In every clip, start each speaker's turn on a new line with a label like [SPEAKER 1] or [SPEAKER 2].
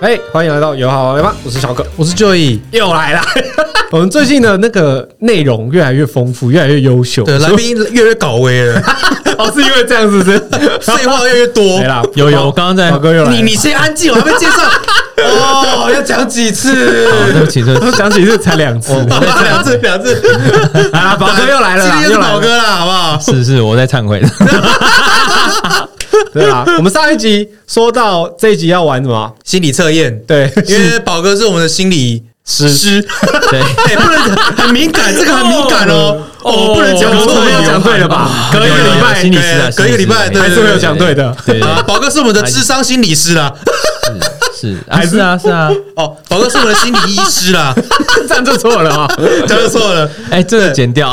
[SPEAKER 1] 哎、欢迎来到友好玩吧，我是小可，
[SPEAKER 2] 我是 Joy，
[SPEAKER 1] 又来了。 我们最近的那个内容越来越丰富，越来越优秀。
[SPEAKER 2] 对，
[SPEAKER 1] 所以
[SPEAKER 2] 来宾越来越搞威了，
[SPEAKER 1] 哦，是因为这样是不是？
[SPEAKER 2] 废话越来越多
[SPEAKER 1] 没。啦，
[SPEAKER 3] 有有，我刚刚在
[SPEAKER 1] 宝哥又来了，
[SPEAKER 2] 你你先安静，我还没介 绍。哦，要讲几次？
[SPEAKER 3] 哦对不起，对不
[SPEAKER 1] 我
[SPEAKER 3] 起，
[SPEAKER 1] 想起是才两次，
[SPEAKER 3] 我在
[SPEAKER 2] 哦两次，两次。
[SPEAKER 1] 啊，宝哥又来了
[SPEAKER 2] 今
[SPEAKER 1] 啦，
[SPEAKER 2] 天又
[SPEAKER 1] 又
[SPEAKER 2] 是
[SPEAKER 1] 来
[SPEAKER 2] 宝
[SPEAKER 1] 了，
[SPEAKER 2] 哥啦，好不好？
[SPEAKER 3] 是是，我在忏悔。
[SPEAKER 1] 对啦。我们上一集说到这一集要玩什么？
[SPEAKER 2] 心理测验，
[SPEAKER 1] 对，
[SPEAKER 2] 因为宝哥是我们的心理
[SPEAKER 1] 是
[SPEAKER 2] 师，
[SPEAKER 3] 对，
[SPEAKER 2] 哎，不能很敏感，这个很敏感 哦。哦，不能讲
[SPEAKER 1] 我
[SPEAKER 2] 错，
[SPEAKER 1] 们没有
[SPEAKER 2] 哦
[SPEAKER 1] 讲对了吧？隔一
[SPEAKER 3] 有
[SPEAKER 1] 个
[SPEAKER 3] 有
[SPEAKER 1] 礼
[SPEAKER 3] 有
[SPEAKER 1] 拜
[SPEAKER 3] 心理师啊，
[SPEAKER 2] 隔一个礼拜
[SPEAKER 3] 心理师
[SPEAKER 2] 对
[SPEAKER 1] 还
[SPEAKER 2] 对
[SPEAKER 1] 是会有讲对的。
[SPEAKER 3] 对对
[SPEAKER 2] 啊，宝哥是我们的智商心理师啦。
[SPEAKER 3] 是是啊，是啊，是啊。
[SPEAKER 2] 哦，宝哥是我们的心理医师啦，
[SPEAKER 1] 这样就错了啊！
[SPEAKER 2] 讲错了。
[SPEAKER 3] 哎，这个剪掉，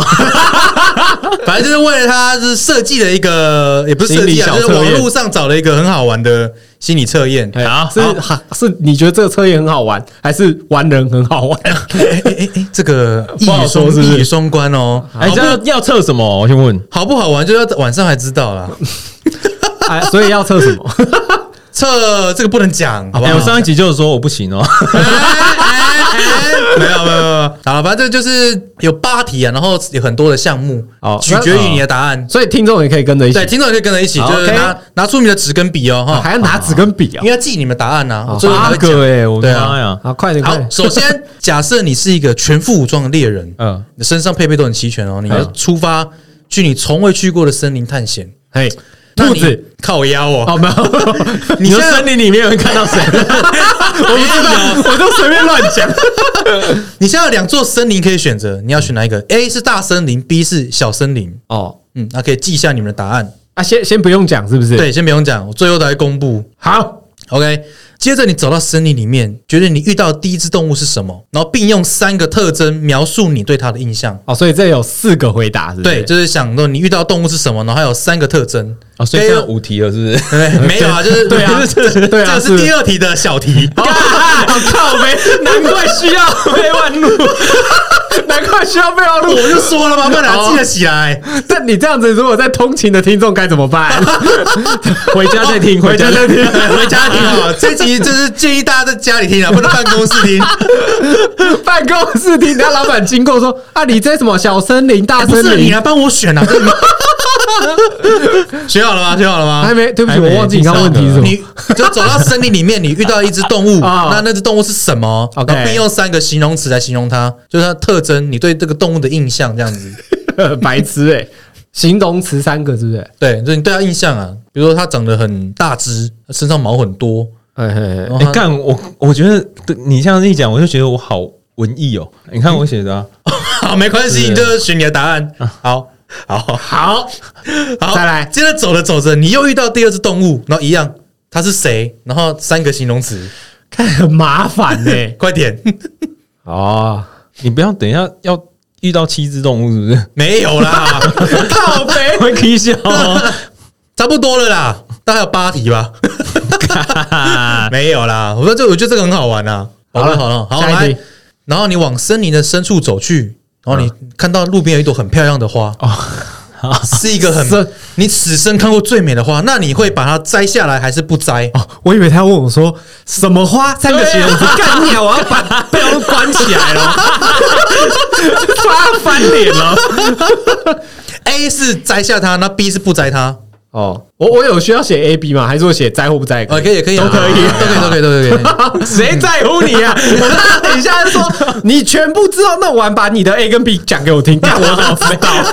[SPEAKER 2] 反正就是为了他是设计了一个，也不是设计啊，
[SPEAKER 1] 心理小
[SPEAKER 2] 就是
[SPEAKER 1] 测验
[SPEAKER 2] 网络上找了一个很好玩的心理测验。
[SPEAKER 1] 哎
[SPEAKER 3] 好
[SPEAKER 1] 是好是，你觉得这个测验很好玩，还是玩人很好 玩？
[SPEAKER 2] 哎哎哎哎，这个一
[SPEAKER 1] 不好
[SPEAKER 2] 语
[SPEAKER 1] 说
[SPEAKER 2] 双
[SPEAKER 1] 是不是
[SPEAKER 2] 一语双关哦，好
[SPEAKER 3] 哎，
[SPEAKER 2] 不
[SPEAKER 3] 这要要测什么？我先问。
[SPEAKER 2] 好不好玩就要晚上才知道啦。
[SPEAKER 1] 哎，所以要测什么？
[SPEAKER 2] 测这个不能讲，好不
[SPEAKER 3] 哎，
[SPEAKER 2] 好？
[SPEAKER 3] 我上一集就是说我不行哦，
[SPEAKER 2] 哎哎哎没有没有没有没有，好了，反正就是有八题啊，然后有很多的项目
[SPEAKER 3] 哦，
[SPEAKER 2] 取决于你的答案。
[SPEAKER 1] 所以听众也可以跟着一起
[SPEAKER 2] 对，，听众也可以跟着一起，
[SPEAKER 1] 哦好
[SPEAKER 2] 就是
[SPEAKER 1] OK
[SPEAKER 2] 拿拿出你的纸跟笔哦，
[SPEAKER 1] 啊
[SPEAKER 2] 哈，
[SPEAKER 1] 还要拿纸跟笔啊
[SPEAKER 2] 应！该记你们答案呐。我最后 才
[SPEAKER 3] 八
[SPEAKER 2] 会讲
[SPEAKER 3] 个哎，我
[SPEAKER 2] 对
[SPEAKER 3] 的
[SPEAKER 2] 啊
[SPEAKER 3] 妈呀！
[SPEAKER 1] 啊，快点快
[SPEAKER 2] 好，
[SPEAKER 1] 点！
[SPEAKER 2] 首先假设你是一个全副武装的猎人，
[SPEAKER 3] 嗯，
[SPEAKER 2] 你身上配备都很齐全哦，你要
[SPEAKER 3] 嗯
[SPEAKER 2] 出发去你从未去过的森林探险。
[SPEAKER 1] 嘿，
[SPEAKER 2] 那
[SPEAKER 1] 兔
[SPEAKER 2] 你
[SPEAKER 1] 子
[SPEAKER 2] 靠腰哦，
[SPEAKER 1] 哦，没有，
[SPEAKER 2] 你
[SPEAKER 3] 你
[SPEAKER 2] 现
[SPEAKER 3] 说
[SPEAKER 2] 在
[SPEAKER 3] 森林里面有人看 到谁？
[SPEAKER 2] 我不知道。
[SPEAKER 1] 我就随便乱讲。
[SPEAKER 2] 你现在有两座森林可以选择，你要选哪一个？A 是大森林，B 是小森林。
[SPEAKER 1] 哦，
[SPEAKER 2] 嗯，那可以记一下你们的答案。
[SPEAKER 1] 啊，先先不用讲，是不是？，
[SPEAKER 2] 对，先不用讲，我最后来公布。
[SPEAKER 1] 好，
[SPEAKER 2] OK，接着你走到森林里面，决定你遇到的第一只动物是什么，然后并用三个特征描述你对它的印象。
[SPEAKER 1] 哦，所以这有四个回答，是不
[SPEAKER 2] 对，
[SPEAKER 1] 是？
[SPEAKER 2] 就是想说你遇到动物是什么，然后还有三个特征。
[SPEAKER 3] 哦，所以这样五题了，是不是？
[SPEAKER 2] 哎对， 没有啊，就是
[SPEAKER 1] 对啊对啊
[SPEAKER 2] 这
[SPEAKER 1] 是
[SPEAKER 2] 是第二题的小题。
[SPEAKER 1] 啊，靠 呗，难怪需要备忘录， 难怪需要备忘录。
[SPEAKER 2] 我就说了嘛，不然哪记得 起来？
[SPEAKER 1] 但你这样子，如果在通勤的听众该怎么 办？
[SPEAKER 3] 回家再听，
[SPEAKER 1] 回家再听。
[SPEAKER 2] 回家听好，这集就是建议大家在家里听啊，不能办公室 听。
[SPEAKER 1] 办公室听到老板经过说：“啊，你这什么小森林、大
[SPEAKER 2] 不
[SPEAKER 1] 森
[SPEAKER 2] 是你
[SPEAKER 1] 林
[SPEAKER 2] 来帮我选啊！ 真的吗学好了吗？学好了？”吗
[SPEAKER 1] 还？没，对不起，
[SPEAKER 3] 还
[SPEAKER 1] 我
[SPEAKER 3] 没
[SPEAKER 1] 忘记你刚刚问题是什么。
[SPEAKER 2] 你就走到森林里面，你遇到一只动物，
[SPEAKER 1] 啊
[SPEAKER 2] 那那只动物是什么？
[SPEAKER 1] OK
[SPEAKER 2] 然后并用三个形容词来形容它，就是它的特征，你对这个动物的印象这样子。
[SPEAKER 1] 白痴哎、形容词三个是不是？
[SPEAKER 2] 对，就是你对它印象啊，比如说它长得很大只，它身上毛很多，
[SPEAKER 1] 哎嘿嘿
[SPEAKER 2] 然后
[SPEAKER 3] 哎，
[SPEAKER 2] 它
[SPEAKER 3] 干我，我觉得对你这样一讲，我就觉得我好文艺哦。你看我写的啊，
[SPEAKER 2] 好，没关系，
[SPEAKER 3] 是
[SPEAKER 2] 你就选你的答案。好，好，
[SPEAKER 1] 好，
[SPEAKER 2] 好，
[SPEAKER 1] 啊再来
[SPEAKER 2] 接着走着走着，你又遇到第二只动物，然后一样，它是谁？然后三个形容词，
[SPEAKER 1] 看很麻烦欸呢、
[SPEAKER 2] 快点，
[SPEAKER 1] 哦，
[SPEAKER 3] 你不要等一下要遇到七只动物，是不是？
[SPEAKER 2] 没有 啦，
[SPEAKER 1] 靠背，
[SPEAKER 3] 会 K 笑哦，
[SPEAKER 2] 差不多了啦，大概有八 题吧，没有啦。我说这，我觉得这个很好玩啊。
[SPEAKER 1] 好了
[SPEAKER 2] 好了，好
[SPEAKER 1] 下一
[SPEAKER 2] 来
[SPEAKER 1] 题，
[SPEAKER 2] 然后你往森林的深处走去，然后你看到路边有一朵很漂亮的花，
[SPEAKER 3] 哦
[SPEAKER 1] 啊
[SPEAKER 2] 是一个很
[SPEAKER 1] 是
[SPEAKER 2] 你此生看过最美的花，那你会把它摘下来还是不摘？
[SPEAKER 1] 哦，我以为他问我说什么花三个形容词，干鸟，我要把被我关起来了， 发翻脸了。
[SPEAKER 2] A 是摘下它，那 B 是不摘它。
[SPEAKER 1] 哦，我我有需要写 A B 吗？还是我写在或不在？
[SPEAKER 2] 呃，可以，可以啊，
[SPEAKER 1] 都可以
[SPEAKER 2] 都可以，都可以，都 可以都可以。
[SPEAKER 1] 谁在乎你啊？我等一下说你全部知道弄完，把你的 A 跟 B 讲 给我听，但我怎么知道？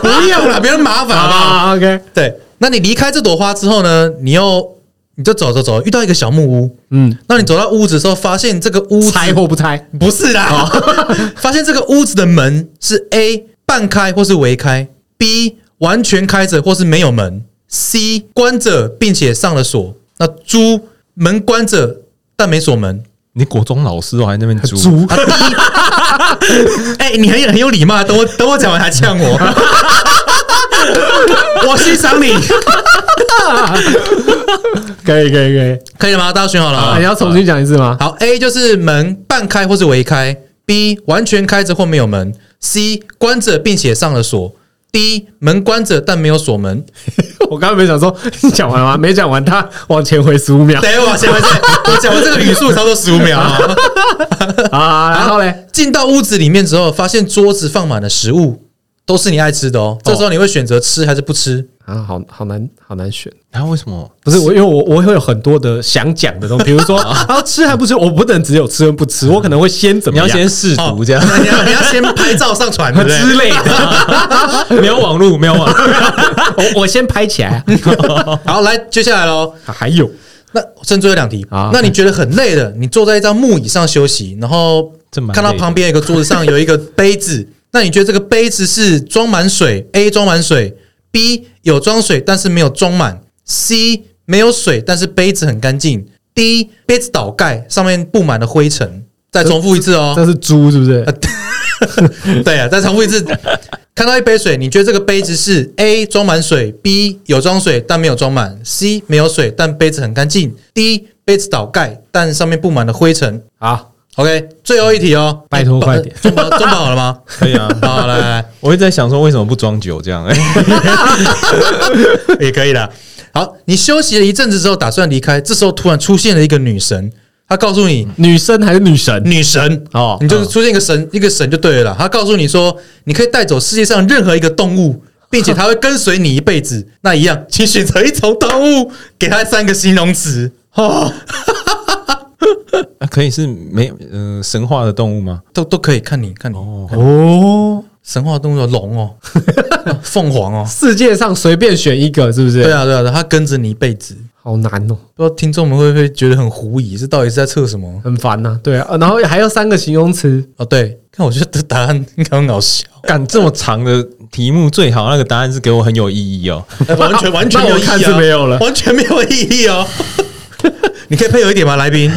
[SPEAKER 2] 不用了，别人麻烦好不好？
[SPEAKER 1] 啊，OK，
[SPEAKER 2] 对，那你离开这朵花之后呢，你又你就走走走，遇到一个小木屋，
[SPEAKER 1] 嗯，
[SPEAKER 2] 那你走到屋子的时候，发现这个屋子
[SPEAKER 1] 猜或不猜？
[SPEAKER 2] 不是啦， 发现这个屋子的门是 A 半开或是微开，B 完全开着或是没有门，C 关着并且上了锁，那猪门关着但没锁门。
[SPEAKER 3] 你国中老师我哦还在那边猪，
[SPEAKER 1] 猪
[SPEAKER 2] 啊，D，哎、你很很有礼貌，等我等我讲完还呛 我，我欣赏你，
[SPEAKER 1] 可以，可以，可以。
[SPEAKER 2] 可以了吗？大家选好了
[SPEAKER 1] 啊，
[SPEAKER 2] 啊
[SPEAKER 1] 你。要重新讲一次吗？
[SPEAKER 2] 好，A 就是门半开或是微开，B 完全开着或没有门，C 关着并且上了锁 D 门关着但没有锁门。
[SPEAKER 1] 我刚刚没想说你讲完了吗？没讲完，他往前回十五秒
[SPEAKER 2] 等一下我讲完这，我讲完这个语速差不多十五秒啊。
[SPEAKER 1] 啊。然后嘞，
[SPEAKER 2] 进到屋子里面之后，发现桌子放满了食物，都是你爱吃的哦。这时候你会选择吃还是不吃？
[SPEAKER 1] 啊，好好难，好难选。
[SPEAKER 3] 然后为什么？
[SPEAKER 1] 不是我，因为我我会有很多的想讲的东西，比如说 啊，吃还不吃，我不能只有吃跟不吃，我可能会先怎
[SPEAKER 3] 你
[SPEAKER 1] 么
[SPEAKER 3] 要
[SPEAKER 1] 样
[SPEAKER 3] 先试 毒这样，
[SPEAKER 2] 哦你要你要先拍照上传， 对不
[SPEAKER 1] 之
[SPEAKER 2] 对？
[SPEAKER 1] 类的，
[SPEAKER 3] 没有网路，没有网路，
[SPEAKER 1] 我我先拍起来啊。
[SPEAKER 2] 好，来接下来喽。
[SPEAKER 1] 啊 还有
[SPEAKER 2] 那剩最后两题
[SPEAKER 1] 啊
[SPEAKER 2] 那你觉得很累的，你坐在一张木椅上休息，然后
[SPEAKER 3] 这蛮累
[SPEAKER 2] 看
[SPEAKER 3] 的
[SPEAKER 2] 到旁边有一个桌子上有一个杯 子，那你觉得这个杯子是装满水？A 装满水，B 有装水但是没有装满，C 没有水但是杯子很干净，D 杯子倒盖上面布满了灰尘。再重复一次哦，
[SPEAKER 1] 这是猪是不是？
[SPEAKER 2] 对啊，再重复一 次。看到一杯水，你觉得这个杯子是 A 装满水，B 有装水但没有装满，C 没有水但杯子很干净，D 杯子倒盖但上面布满了灰尘。
[SPEAKER 1] 好，
[SPEAKER 2] OK，最后一题哦，
[SPEAKER 1] 拜托
[SPEAKER 2] 你
[SPEAKER 1] 快点
[SPEAKER 2] 中饱中饱好 了吗？
[SPEAKER 3] 可以啊。
[SPEAKER 2] 好，来来
[SPEAKER 3] 我一直在想说为什么不装酒这样？欸
[SPEAKER 2] 来，也可以啦。好，你休息了一阵子之后，打算离开，这时候突然出现了一个女神，她告诉你，
[SPEAKER 1] 女生还是女神？
[SPEAKER 2] 女神嗯
[SPEAKER 1] 哦
[SPEAKER 2] 你就是出现一个神，一个神就对了啦。他告诉你说，你可以带走世界上任何一个动 物，并且它会跟随你一辈子。那一样，请选择一种动物，给它三个形容词。哦，
[SPEAKER 3] 啊 可以是没嗯、呃、神话的动物吗？
[SPEAKER 2] 都都可以看你看你。
[SPEAKER 1] 哦，
[SPEAKER 2] 神话动物有龙 哦，凤凰哦，
[SPEAKER 1] 世界上随便选一个是不是？
[SPEAKER 2] 对啊对啊，对啊它跟着你一辈子。
[SPEAKER 1] 好难哦，
[SPEAKER 2] 不知道听众们会不会觉得很狐疑，这到底是在测什么？
[SPEAKER 1] 很烦呐。对啊，然后还要三个形容词，
[SPEAKER 2] 哦，对，看我觉得这答案 应该很搞笑，
[SPEAKER 3] 干这么长的题目，最好那个答案是给我很有意义哦。
[SPEAKER 2] 哎完全 完全没有意义、
[SPEAKER 1] 那
[SPEAKER 2] 啊，
[SPEAKER 1] 我看是没有了
[SPEAKER 2] 完全没有意义哦。 你可以配合一点吗，来宾？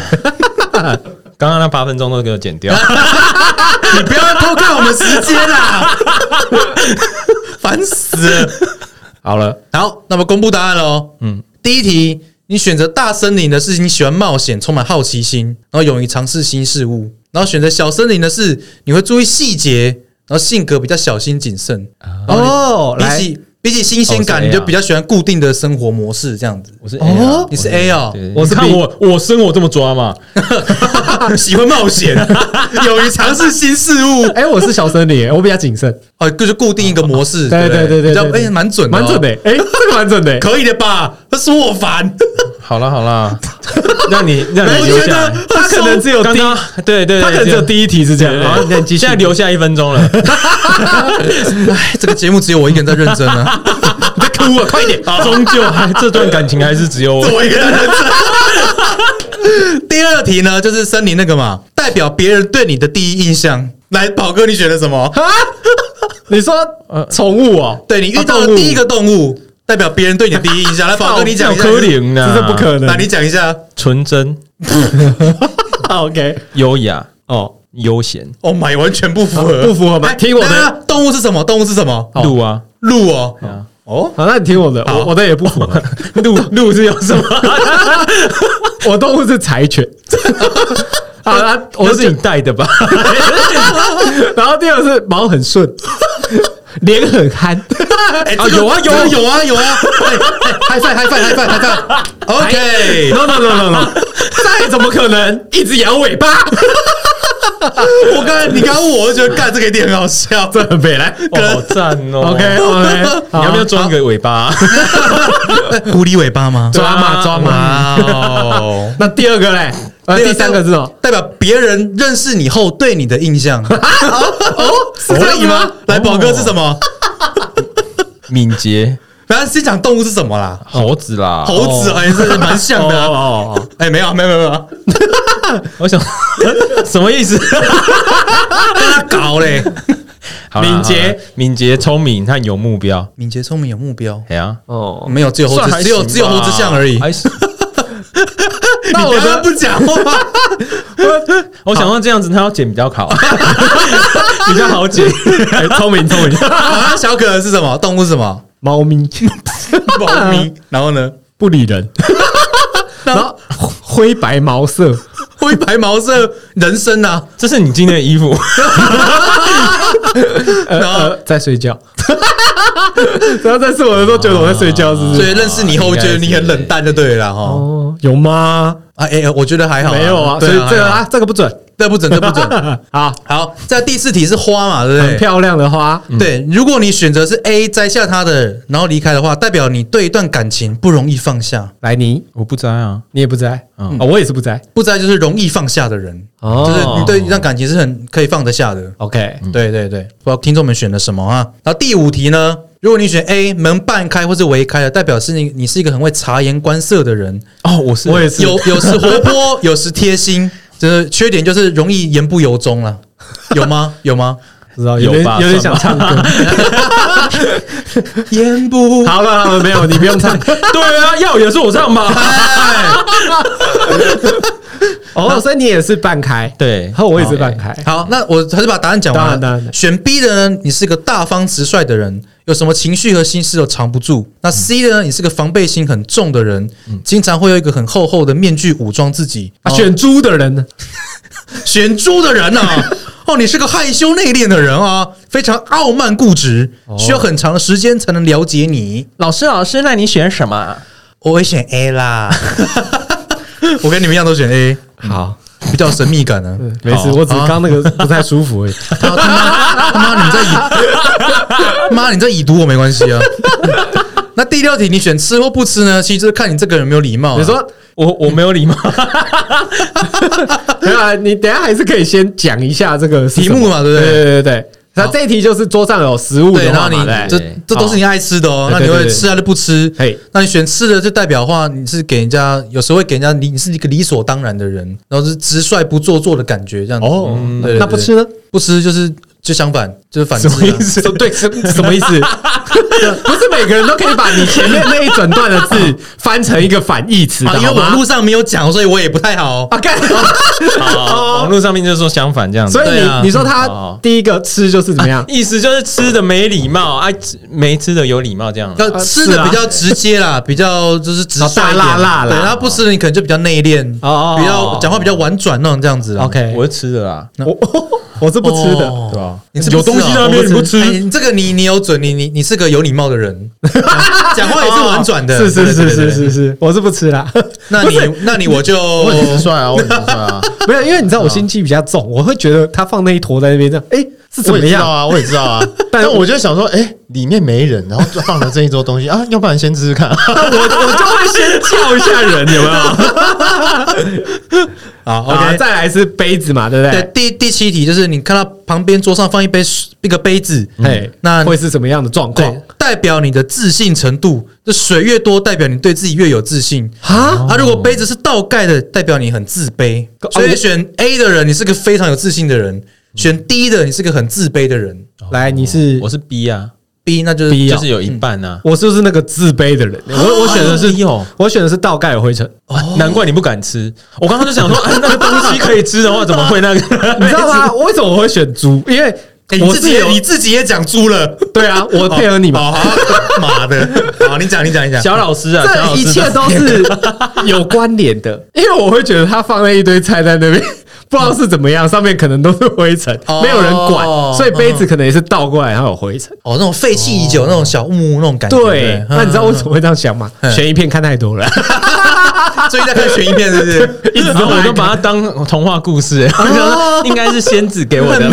[SPEAKER 3] 刚刚那八分钟都给我剪掉，
[SPEAKER 2] 你不要偷看我们时间 啦，烦死了。
[SPEAKER 1] 好了，
[SPEAKER 2] 好，那么公布答案喽。嗯，第一题，你选择大森林的是你喜欢冒险，充满好奇心，然后勇于尝试新事物；然后选择小森林的是你会注意细节，然后性格比较小心谨慎。
[SPEAKER 1] 哦，
[SPEAKER 2] 比
[SPEAKER 1] 来，
[SPEAKER 2] 起比起新鲜
[SPEAKER 3] 哦
[SPEAKER 2] 感，
[SPEAKER 3] 是 A 啊
[SPEAKER 2] 你就比较喜欢固定的生活模式这样子。
[SPEAKER 3] 我是 A 啊
[SPEAKER 1] 哦
[SPEAKER 2] 你是 A 哦，
[SPEAKER 3] 对
[SPEAKER 1] 我是
[SPEAKER 3] 你看
[SPEAKER 1] B
[SPEAKER 3] 我我生我这么抓嘛？
[SPEAKER 2] 喜欢冒险， 勇于尝试新事物，
[SPEAKER 1] 哎，我是小森林，我比较谨慎。
[SPEAKER 2] 哦，就是固定一个模式。
[SPEAKER 1] 对
[SPEAKER 2] 对
[SPEAKER 1] 对对
[SPEAKER 2] 不
[SPEAKER 1] 对，
[SPEAKER 2] 比较
[SPEAKER 1] 对
[SPEAKER 2] 哎，蛮准的哦，
[SPEAKER 1] 蛮准的。 哎，这个蛮准的。
[SPEAKER 2] 可以的吧？他说我烦，
[SPEAKER 3] 好啦好啦，让你让
[SPEAKER 2] 我
[SPEAKER 3] 你留
[SPEAKER 2] 觉
[SPEAKER 3] 下
[SPEAKER 2] 得
[SPEAKER 3] 来。
[SPEAKER 1] 他可能只有
[SPEAKER 3] 刚
[SPEAKER 1] 第，
[SPEAKER 3] 刚对对，对
[SPEAKER 1] 他可能只有第一题是这样。
[SPEAKER 3] 对
[SPEAKER 1] 好，那你继续
[SPEAKER 3] 现在留下一分钟了，
[SPEAKER 2] 哎，这个节目只有我一个人在认真 啊，
[SPEAKER 1] 你在哭啊，快点！
[SPEAKER 3] 终究还这段感情还是只有我
[SPEAKER 2] 只。有我一个人在认真。第二题呢，就是森林那个嘛，代表别人对你的第一印象。来，宝哥，你选的什么？
[SPEAKER 1] 啊， 你说宠物哦？
[SPEAKER 2] 呃对你遇到
[SPEAKER 1] 啊
[SPEAKER 2] 的
[SPEAKER 1] 动物
[SPEAKER 2] 第一个动物，代表别人对你的第一印象。来，宝哥，你讲一下。
[SPEAKER 3] 柯林呢？
[SPEAKER 1] 这是不可能
[SPEAKER 2] 啊来，你讲一下。
[SPEAKER 3] 啊纯真、
[SPEAKER 1] ，OK，
[SPEAKER 3] 优雅哦，悠闲
[SPEAKER 2] Oh my，完全不符合，
[SPEAKER 1] 不符合吧
[SPEAKER 2] 哎
[SPEAKER 1] 听我的
[SPEAKER 2] 等一下。动物是什么？动物是什么？
[SPEAKER 3] 路啊，
[SPEAKER 2] 鹿哦。哦，
[SPEAKER 1] 好，那你听我的，我我的也不符合。
[SPEAKER 3] 路路是有什么？
[SPEAKER 1] 我动物是柴犬。 好啊，我
[SPEAKER 3] 我
[SPEAKER 1] 是
[SPEAKER 3] 是你带的吧？
[SPEAKER 1] 然后第二个是毛很顺，脸很憨。
[SPEAKER 2] 哎，
[SPEAKER 1] 啊有啊有啊
[SPEAKER 2] 啊有啊有啊！嗨嗨嗨嗨嗨嗨嗨！OK，
[SPEAKER 1] No no no no no，再啊怎么可能一直摇尾巴？
[SPEAKER 2] 我刚才你刚刚问我，我就觉得干这个一定很好笑。
[SPEAKER 1] 这很北来。
[SPEAKER 3] 哦好赞哦
[SPEAKER 1] OK OK，
[SPEAKER 3] 你要不要装个尾巴？
[SPEAKER 2] 狐狸尾巴吗？
[SPEAKER 1] 抓嘛抓嘛？
[SPEAKER 2] 哦，
[SPEAKER 1] 那第二个嘞？呃，第三个是什么？
[SPEAKER 2] 代表别人认识你后对你的印象。哦，是这样子吗？来，宝哥是什么？
[SPEAKER 3] 敏捷
[SPEAKER 2] 然后先讲动物是什么啦？
[SPEAKER 3] 猴子啦，哦
[SPEAKER 2] 猴子好像是蛮像的啊。
[SPEAKER 1] 哦哦
[SPEAKER 2] 哎，没有没有没有没有，
[SPEAKER 3] 我想什么意思？
[SPEAKER 2] 他搞嘞。
[SPEAKER 3] 好啦
[SPEAKER 1] 敏捷、
[SPEAKER 3] 好啦敏捷、聪明和有目标。
[SPEAKER 2] 敏捷、聪明、有目标，
[SPEAKER 3] 哎呀，
[SPEAKER 1] 哦，
[SPEAKER 2] 没有只有猴
[SPEAKER 3] 算还
[SPEAKER 2] 子，只有
[SPEAKER 3] 行吧
[SPEAKER 2] 只有猴子像而已。
[SPEAKER 4] 哎
[SPEAKER 3] 还是
[SPEAKER 1] 那我
[SPEAKER 2] 你刚刚
[SPEAKER 1] 的
[SPEAKER 2] 不讲话，
[SPEAKER 3] 我想到这样子，他要剪比较好，比较好剪。
[SPEAKER 1] 哎聪明聪 明，
[SPEAKER 2] 啊小可是什么动物？是什么？
[SPEAKER 1] 猫咪
[SPEAKER 2] 猫咪。然后呢？
[SPEAKER 1] 不理人，然后灰白毛色，
[SPEAKER 2] 灰白毛色人参呐、啊
[SPEAKER 3] 这是你今天的衣服，
[SPEAKER 1] 呃
[SPEAKER 2] 然后
[SPEAKER 1] 呃在睡觉， 然后认识我的时候觉得我在睡觉，是不
[SPEAKER 2] 所以
[SPEAKER 1] 啊是？
[SPEAKER 2] 认识你以后，
[SPEAKER 3] 应
[SPEAKER 2] 觉
[SPEAKER 3] 该
[SPEAKER 2] 得你很
[SPEAKER 3] 是
[SPEAKER 2] 冷淡就对了啦哈。
[SPEAKER 1] 哦，有吗？
[SPEAKER 2] 啊，哎，我觉得还好，
[SPEAKER 1] 没有啊，所
[SPEAKER 2] 对
[SPEAKER 1] 以这个
[SPEAKER 2] 还好
[SPEAKER 1] 啊，这个不准。
[SPEAKER 2] 这不准，这不准。
[SPEAKER 1] 好，
[SPEAKER 2] 好，在第四题是花嘛，对不
[SPEAKER 1] 很
[SPEAKER 2] 对？
[SPEAKER 1] 漂亮的嗯花，
[SPEAKER 2] 对，如果你选择是 A 摘下它的，然后离开的话，代表你对一段感情不容易放下，
[SPEAKER 1] 来你
[SPEAKER 3] 我不摘啊，
[SPEAKER 1] 你也不在，
[SPEAKER 3] 嗯
[SPEAKER 1] 哦，我也是不在。
[SPEAKER 2] 不摘就是容易放下的人，
[SPEAKER 1] 哦嗯
[SPEAKER 2] 就是你对一段感情是很可以放得下的。
[SPEAKER 1] OK，
[SPEAKER 2] 对对对，不知道听众们选了什么啊？然后第五题呢？如果你选 A 门半开或是围开的，代表是你你是一个很会察言观色的人，
[SPEAKER 3] 哦，我是
[SPEAKER 1] 我也是
[SPEAKER 2] 有 有时 活泼，有时贴心，就是缺点就是容易言不由衷了，有吗？有吗？
[SPEAKER 1] 不知道
[SPEAKER 3] 有
[SPEAKER 1] 有点
[SPEAKER 3] 吧
[SPEAKER 1] 有点
[SPEAKER 3] 算
[SPEAKER 1] 想唱歌。
[SPEAKER 2] 言不
[SPEAKER 1] 好了好了，没有，你不用 唱。
[SPEAKER 3] 对啊，要也是我唱吧。
[SPEAKER 1] 哦，所以你也是半开，
[SPEAKER 3] 对
[SPEAKER 1] 然后我也是半开。
[SPEAKER 2] 好，那我还是把答案讲完了。
[SPEAKER 1] 当然当然
[SPEAKER 2] 选 B 的呢，你是个大方直率的人，有什么情绪和心事都藏不住。那 C 的呢，你是个防备心很重的人，经常会有一个很厚厚的面具武装自己。
[SPEAKER 1] 嗯啊
[SPEAKER 2] 哦
[SPEAKER 1] 选猪的人呢？
[SPEAKER 2] 选猪的人啊，哦，你是个害羞内敛的人啊，非常傲慢固执，
[SPEAKER 1] 哦
[SPEAKER 2] 需要很长的时间才能了解你。
[SPEAKER 3] 老师，老师，那你选什么？
[SPEAKER 2] 我会选 A 啦， 我跟你们一样都选 A，
[SPEAKER 1] 好，
[SPEAKER 2] 比较有神秘感呢、
[SPEAKER 1] 嗯没事，我只是刚那个不太舒服 而已。
[SPEAKER 2] 他他妈他妈你在以妈你在以 读我没关系啊。那第六题你选吃或不吃呢？其实就是看你这个人有没有礼貌啊、
[SPEAKER 1] 你说
[SPEAKER 3] 我我没有礼 貌，
[SPEAKER 1] 没有啊？你等一下还是可以先讲一下这个是什么
[SPEAKER 2] 题目嘛对不对
[SPEAKER 1] 对对对对。那这一题就是桌上有食物
[SPEAKER 2] 对，
[SPEAKER 1] 的
[SPEAKER 2] 然
[SPEAKER 1] 话
[SPEAKER 2] 后你
[SPEAKER 1] 嘛，
[SPEAKER 2] 这
[SPEAKER 1] 对不对
[SPEAKER 2] 这都是你爱吃的哦。
[SPEAKER 1] 对
[SPEAKER 2] 那
[SPEAKER 1] 对
[SPEAKER 2] 你
[SPEAKER 1] 对
[SPEAKER 2] 会
[SPEAKER 1] 对
[SPEAKER 2] 吃还是不吃
[SPEAKER 1] 嘿？
[SPEAKER 2] 那你选吃的就代表话你是给人家有时候会给人家理你是一个理所当然的人，然后是直率不做作的感觉这样子。
[SPEAKER 1] 哦
[SPEAKER 2] 嗯对，对
[SPEAKER 1] 那
[SPEAKER 2] 对
[SPEAKER 1] 不吃呢？
[SPEAKER 2] 不吃就是就相反，就是反之、
[SPEAKER 1] 什
[SPEAKER 2] 啊。
[SPEAKER 1] 么意 思？对，什什么意思？不是每个人都可以把你前面那一整段的 字翻成一个反义词的，
[SPEAKER 2] 啊，因为
[SPEAKER 1] 好吗
[SPEAKER 2] 网络上没有讲，所以我也不太好。
[SPEAKER 1] 啊， 干！
[SPEAKER 3] 好网络上面就说相反这样子
[SPEAKER 1] 所以。
[SPEAKER 2] 对啊
[SPEAKER 1] 你你说他
[SPEAKER 3] 哦
[SPEAKER 1] 第一个吃就是怎么样？
[SPEAKER 3] 意思就是吃的没礼貌，啊，吃没吃的有礼貌这样。
[SPEAKER 2] 要
[SPEAKER 1] 啊
[SPEAKER 2] 吃
[SPEAKER 1] 是
[SPEAKER 2] 的
[SPEAKER 1] 啊
[SPEAKER 2] 比较直接 啦，比较就是直率一点
[SPEAKER 1] 哦大辣辣啦
[SPEAKER 2] 对，他不吃的你可能就比较内敛，
[SPEAKER 1] 哦哦哦
[SPEAKER 2] 比较讲话比较婉转那种这样子啦。
[SPEAKER 1] OK，
[SPEAKER 3] 我是吃的啦，
[SPEAKER 1] 我哦我是不吃的，
[SPEAKER 2] 哦
[SPEAKER 3] 对吧？
[SPEAKER 2] 你是
[SPEAKER 1] 有东西在那边你
[SPEAKER 2] 不
[SPEAKER 1] 不
[SPEAKER 2] 哎你这个你你有准，你你你是个有礼貌 的人，讲话也哦是婉转的。
[SPEAKER 1] 哦是是
[SPEAKER 2] 对
[SPEAKER 1] 是是。
[SPEAKER 2] 对对对
[SPEAKER 1] 是是，我是不吃啦。
[SPEAKER 2] 那你那你我就
[SPEAKER 3] 帅啊，我很直率 啊，
[SPEAKER 1] 没有，因为你
[SPEAKER 2] 哦
[SPEAKER 1] 知道我心机比较重，我会觉得他放那一坨在那边这样，哎，是怎
[SPEAKER 4] 我也
[SPEAKER 1] 么
[SPEAKER 4] 知道
[SPEAKER 1] 样？，
[SPEAKER 4] 啊，我也知道啊 但
[SPEAKER 1] 但
[SPEAKER 4] 我就想说，哎、里面没人，然后就放了这一桌东西啊，要不然先吃吃看。我
[SPEAKER 1] 我就会先叫一下人，有 没有
[SPEAKER 2] 好
[SPEAKER 1] 好
[SPEAKER 2] OK。
[SPEAKER 1] 再来是杯子嘛，对不
[SPEAKER 2] 对，
[SPEAKER 1] 对？
[SPEAKER 2] 第第七题就是你看到旁边桌上放一杯水一个杯子，
[SPEAKER 1] 哎，
[SPEAKER 2] 那
[SPEAKER 1] 会是什么样的状
[SPEAKER 2] 对
[SPEAKER 1] 况？，
[SPEAKER 2] 哦代表你的自信程度，这水越多，代表你对自己越有自信啊。啊，如果杯子是倒盖的，代表你很自卑。
[SPEAKER 1] 哦
[SPEAKER 2] 所以选 A 的人，你是个非常有自信的人；选 D 的，你是个很自卑的人。
[SPEAKER 1] 来，你是
[SPEAKER 3] 我是 B 啊，
[SPEAKER 2] B 那就是
[SPEAKER 1] B 啊
[SPEAKER 3] 就是有一半啊。
[SPEAKER 1] 哦我是不是那个自卑 的人？我我选的是
[SPEAKER 3] 哎呦
[SPEAKER 1] 我选的是倒盖有灰尘，
[SPEAKER 3] 哦难怪你不敢吃。我刚刚就想说，啊那个东西可以吃的话，怎么会那个？
[SPEAKER 1] 你知道吗？为什么我会选猪？因为
[SPEAKER 2] 哎你
[SPEAKER 1] 我
[SPEAKER 2] 自己
[SPEAKER 1] 是
[SPEAKER 2] 也
[SPEAKER 1] 有
[SPEAKER 2] 你自己也讲猪了，
[SPEAKER 1] 对 啊，我配合你嘛。
[SPEAKER 2] 哦，好，妈的， 好，你讲，你讲，你讲。
[SPEAKER 3] 小老师啊，小
[SPEAKER 1] 这
[SPEAKER 3] 老
[SPEAKER 1] 一
[SPEAKER 3] 师
[SPEAKER 1] 切
[SPEAKER 3] 的
[SPEAKER 1] 都是 有关联的，因为我会觉得他放了一堆菜在那边，不知道是怎么样，上面可能都是灰尘
[SPEAKER 2] 哦，
[SPEAKER 1] 没有人管，所以杯子可能也是倒过来，然后有灰尘。
[SPEAKER 2] 哦，那种废弃已久、那种小木屋那种感觉。
[SPEAKER 1] 对，那你知道为什么会这样想吗？
[SPEAKER 2] 嗯
[SPEAKER 1] 悬疑片看太多了，
[SPEAKER 2] 么最近在看悬疑片是不是？
[SPEAKER 1] 一直
[SPEAKER 3] 然
[SPEAKER 1] 都
[SPEAKER 3] 后我
[SPEAKER 1] 在看。
[SPEAKER 3] 都把它当童话故事、欸，我想说应该是仙子给我 的。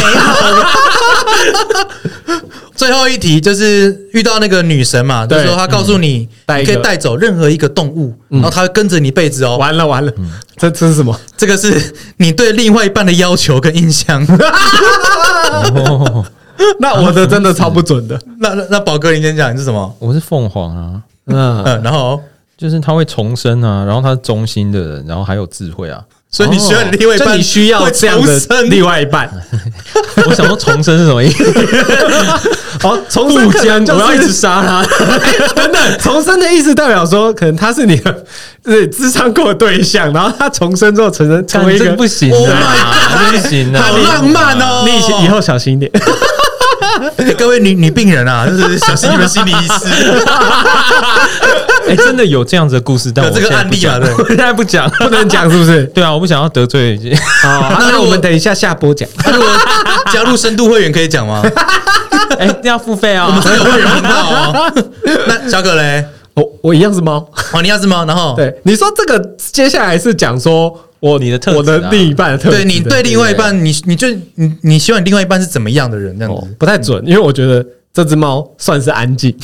[SPEAKER 2] 最后一题就是遇到那个女神嘛，就
[SPEAKER 1] 对嗯
[SPEAKER 2] 是说她告诉你，
[SPEAKER 1] 带
[SPEAKER 2] 你
[SPEAKER 1] 一
[SPEAKER 2] 可
[SPEAKER 1] 个嗯
[SPEAKER 2] 以带走任何一个动物，然后它会跟着你辈子哦。
[SPEAKER 1] 完了完了，这这是什么？
[SPEAKER 2] 这个是你对另外一半的要求跟印象。
[SPEAKER 3] 哦，
[SPEAKER 1] 那我的真的超不准的。
[SPEAKER 2] 那那那宝哥，你先讲你是什么？
[SPEAKER 3] 我是凤凰啊，
[SPEAKER 1] 嗯，
[SPEAKER 2] 嗯，然后
[SPEAKER 3] 就是它会重生啊，然后它是忠心的人，然后还有智慧啊。
[SPEAKER 2] 所以你需要你另外一
[SPEAKER 1] 就
[SPEAKER 2] 半
[SPEAKER 1] 你需要
[SPEAKER 2] 会
[SPEAKER 1] 这样
[SPEAKER 2] 重
[SPEAKER 1] 的
[SPEAKER 2] 生
[SPEAKER 1] 另外一半。
[SPEAKER 3] 我想说重生是什么意思？
[SPEAKER 1] 哦，重生
[SPEAKER 3] 不
[SPEAKER 1] 可能
[SPEAKER 3] 僵，
[SPEAKER 1] 就
[SPEAKER 3] 我要一
[SPEAKER 1] 是
[SPEAKER 3] 直杀它。
[SPEAKER 1] 等等，重生的意思代表说，可能他是你的是智商过的对象，然后他重生之后成人成为
[SPEAKER 3] 干
[SPEAKER 1] 一
[SPEAKER 3] 这
[SPEAKER 1] 个
[SPEAKER 3] 个不行
[SPEAKER 2] Oh
[SPEAKER 3] 啊，
[SPEAKER 2] my
[SPEAKER 3] 这不行啊，
[SPEAKER 2] 好浪漫哦。
[SPEAKER 1] 你以前以后小心一点。
[SPEAKER 2] 欸各位女女病人啊，就是小心你们心理 医师
[SPEAKER 3] 哎，真的有这样子的故事，但
[SPEAKER 2] 有
[SPEAKER 3] 我
[SPEAKER 2] 这个
[SPEAKER 3] 现在
[SPEAKER 2] 案
[SPEAKER 3] 不
[SPEAKER 2] 例啊
[SPEAKER 3] 讲
[SPEAKER 2] 嘛？对，
[SPEAKER 3] 我现在不讲。
[SPEAKER 1] 不能讲是不 是？
[SPEAKER 3] 对啊，我不想要得罪。
[SPEAKER 1] 好，
[SPEAKER 2] 那如
[SPEAKER 1] 那
[SPEAKER 2] 果
[SPEAKER 1] 我们等一下下播讲。
[SPEAKER 2] 那如果加入深度会员可以讲吗？
[SPEAKER 3] 哎，这要付费 啊！
[SPEAKER 2] 我们真的有会员频道哦。那小葛嘞，
[SPEAKER 1] 我我一样是猫。
[SPEAKER 2] 哦，你要是吗？然后
[SPEAKER 1] 对，你说这个接下来是讲说我
[SPEAKER 3] 你的特质啊
[SPEAKER 1] 我的另一半的特质，
[SPEAKER 2] 对你对另外一半，你你就你你希望你另外一半是怎么样的人？这样
[SPEAKER 1] 哦
[SPEAKER 2] 子，
[SPEAKER 1] 不太准，因为我觉得这只猫算是安静，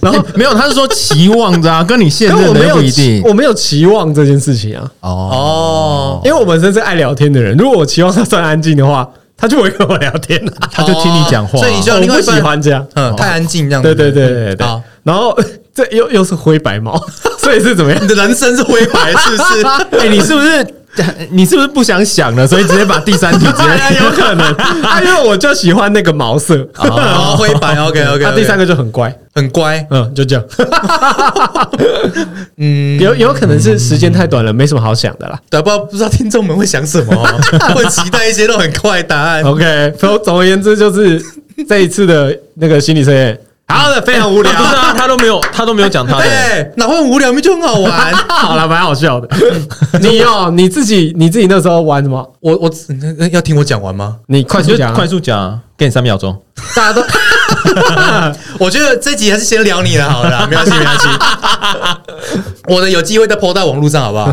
[SPEAKER 4] 然后没有，他是说期望着啊，跟你现
[SPEAKER 1] 因为我
[SPEAKER 4] 任的
[SPEAKER 1] 没
[SPEAKER 4] 又
[SPEAKER 1] 有
[SPEAKER 4] 不一
[SPEAKER 1] 期
[SPEAKER 4] 定
[SPEAKER 1] 我没有期望这件事情啊，
[SPEAKER 4] 哦。
[SPEAKER 2] 哦，
[SPEAKER 1] 因为我本身是爱聊天的人，如果我期望它算安静的话，它就会跟我聊天啊。
[SPEAKER 4] 他就听你讲话
[SPEAKER 2] 哦
[SPEAKER 4] 啊，
[SPEAKER 2] 所以你希望
[SPEAKER 1] 我
[SPEAKER 2] 另外
[SPEAKER 1] 不
[SPEAKER 2] 一半
[SPEAKER 1] 喜欢这样，
[SPEAKER 2] 嗯太安静这样子。
[SPEAKER 1] 对对对对对
[SPEAKER 2] 好。
[SPEAKER 1] 然后这又又是灰白猫， 所以是怎么样
[SPEAKER 2] 你？的人生是灰白，是不 是？
[SPEAKER 4] 哎，你是不 是你是不是不想想了？所以直接把第三题直接
[SPEAKER 1] 有可能，啊，因为我就喜欢那个毛色。
[SPEAKER 2] 哦，灰白，OK OK。
[SPEAKER 1] 啊，第三个就很乖，
[SPEAKER 2] 很乖，
[SPEAKER 1] 嗯，就这样。
[SPEAKER 2] 嗯，
[SPEAKER 1] 有有可能是时间太短了，没什么好想的啦。
[SPEAKER 2] 对，不知道不知道听众们会想什 么哦，会期待一些都很快的答 案。
[SPEAKER 1] OK，总总而言之就是这一次的那个心理测验，好的，非常无聊
[SPEAKER 3] 啊。不是啊，他都没有，他都没有讲他的。
[SPEAKER 2] 哎，哪会很无聊？明明就很好玩。
[SPEAKER 1] 好了，蛮好笑的。 你哦，你自己你自己那时候玩什么？
[SPEAKER 2] 我我那那要听我讲完吗？
[SPEAKER 1] 你快
[SPEAKER 3] 你
[SPEAKER 1] 速
[SPEAKER 3] 就
[SPEAKER 1] 讲啊，
[SPEAKER 3] 快速讲啊，给你三秒钟。
[SPEAKER 1] 大家 都
[SPEAKER 2] 我觉得这集还是先聊你的好了 啦，没关系没关系。我的有机会再 PO 到网络上好不 好？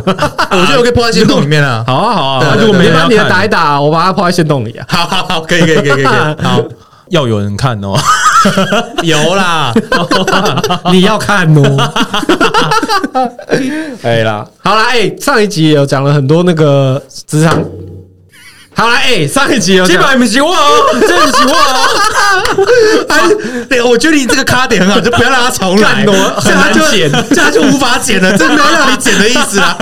[SPEAKER 2] 我觉得我可以 PO 到行动里面啊。
[SPEAKER 3] 好啊，好啊
[SPEAKER 2] 对
[SPEAKER 3] 如果
[SPEAKER 1] 你
[SPEAKER 3] 没人
[SPEAKER 1] 把
[SPEAKER 3] 要
[SPEAKER 1] 你的打一
[SPEAKER 3] 看，
[SPEAKER 1] 打，我把它抛在线洞里 啊。
[SPEAKER 2] 好好好，可以可以可以可以，可以 好
[SPEAKER 3] 要有人看 哦。
[SPEAKER 2] 有啦。
[SPEAKER 1] 你要看哦。 哎啦，好啦，哎、上一集有讲了很多那个职场。好啦，哎、上一集有
[SPEAKER 3] 这
[SPEAKER 1] 讲，
[SPEAKER 3] 百不是我哦，这不是我哦。
[SPEAKER 2] 哎，对，我觉得你这个卡点很好，就不要让它重来，
[SPEAKER 1] 干我
[SPEAKER 2] 这样它就
[SPEAKER 1] 很难剪
[SPEAKER 2] 这样它就无法剪 了，这没有让你剪的意思 啦。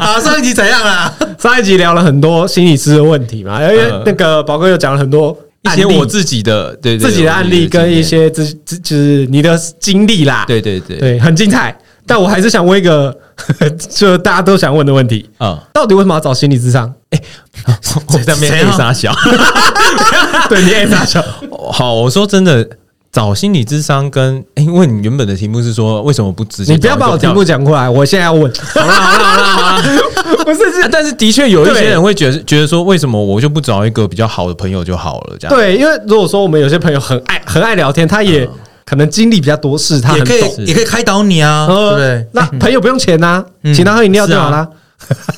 [SPEAKER 2] 好，上一集怎样啊啦？
[SPEAKER 1] 上一集聊了很多心理师的问题嘛，因为
[SPEAKER 3] 嗯
[SPEAKER 1] 那个宝哥有讲了很多
[SPEAKER 3] 一些我自己的对对
[SPEAKER 1] 自己的案例跟一，些自自就是你的经历啦，
[SPEAKER 3] 对对对，
[SPEAKER 1] 对，很精彩。但我还是想问一个， 就大家都想问的问题：
[SPEAKER 3] 啊，
[SPEAKER 1] 到底为什么要找心理智商？
[SPEAKER 3] 我在面
[SPEAKER 2] 谁啊
[SPEAKER 3] 黑傻 小。
[SPEAKER 1] 对你也大小，
[SPEAKER 3] 好，我说真的，找心理智商跟，诶因为你原本的题目是说为什么不直接？
[SPEAKER 1] 你不要把我题目。讲过来，我现在要问。
[SPEAKER 3] 好啦好啦好啦好啦，
[SPEAKER 1] 不是是
[SPEAKER 3] 啊但是的确有一
[SPEAKER 1] 对
[SPEAKER 3] 些人会觉得觉得说，为什么我就不找一个比较好的朋友就好了？这样
[SPEAKER 1] 对，因为如果说我们有些朋友很爱很爱聊天，他也可能经历比较多事，他
[SPEAKER 2] 也
[SPEAKER 1] 很
[SPEAKER 2] 可
[SPEAKER 1] 懂。
[SPEAKER 2] 以也可以开导你啊，对
[SPEAKER 1] 呃
[SPEAKER 2] 不对？
[SPEAKER 1] 那朋友不用钱呐、
[SPEAKER 2] 嗯
[SPEAKER 1] 请他喝饮料就好啦。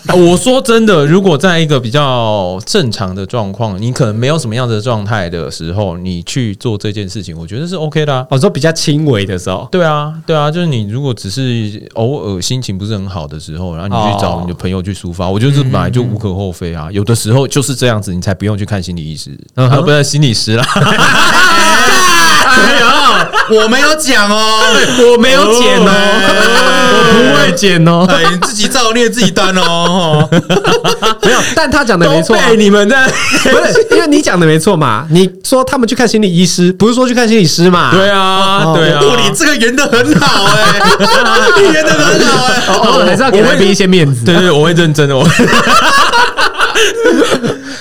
[SPEAKER 3] 啊我说真的，如果在一个比较正常的状况，你可能没有什么样的状态的时候，你去做这件事情，我觉得是 OK 的啊。
[SPEAKER 1] 我、说比较轻微的时候，
[SPEAKER 3] 对啊，对啊，就是你如果只是偶尔心情不是很好的时候，然后你去找你的朋友去抒发，我觉得这本来就无可厚非啊。有的时候就是这样子，你才不用去看心理医师，
[SPEAKER 1] 嗯
[SPEAKER 3] 啊
[SPEAKER 1] 哼
[SPEAKER 3] 不是心理师 啦。
[SPEAKER 2] 我没有讲 哦，
[SPEAKER 1] 我没有剪 哦，
[SPEAKER 2] 哦
[SPEAKER 1] 我不会剪哦。
[SPEAKER 2] 哎，你自己造孽自己担哦。哦
[SPEAKER 1] 没有，但他讲的没 错、啊，
[SPEAKER 3] 你们的
[SPEAKER 1] 不是因为你讲的没错嘛？你说他们去看心理医师，不是说去看心理师嘛？
[SPEAKER 3] 对啊，对啊，
[SPEAKER 2] 哦，你这个圆的很好哎，你圆的很好哎。
[SPEAKER 1] 哦，哦还是要给
[SPEAKER 3] 我会
[SPEAKER 1] 来宾一些面子。
[SPEAKER 3] 对对，哦我会认真的，我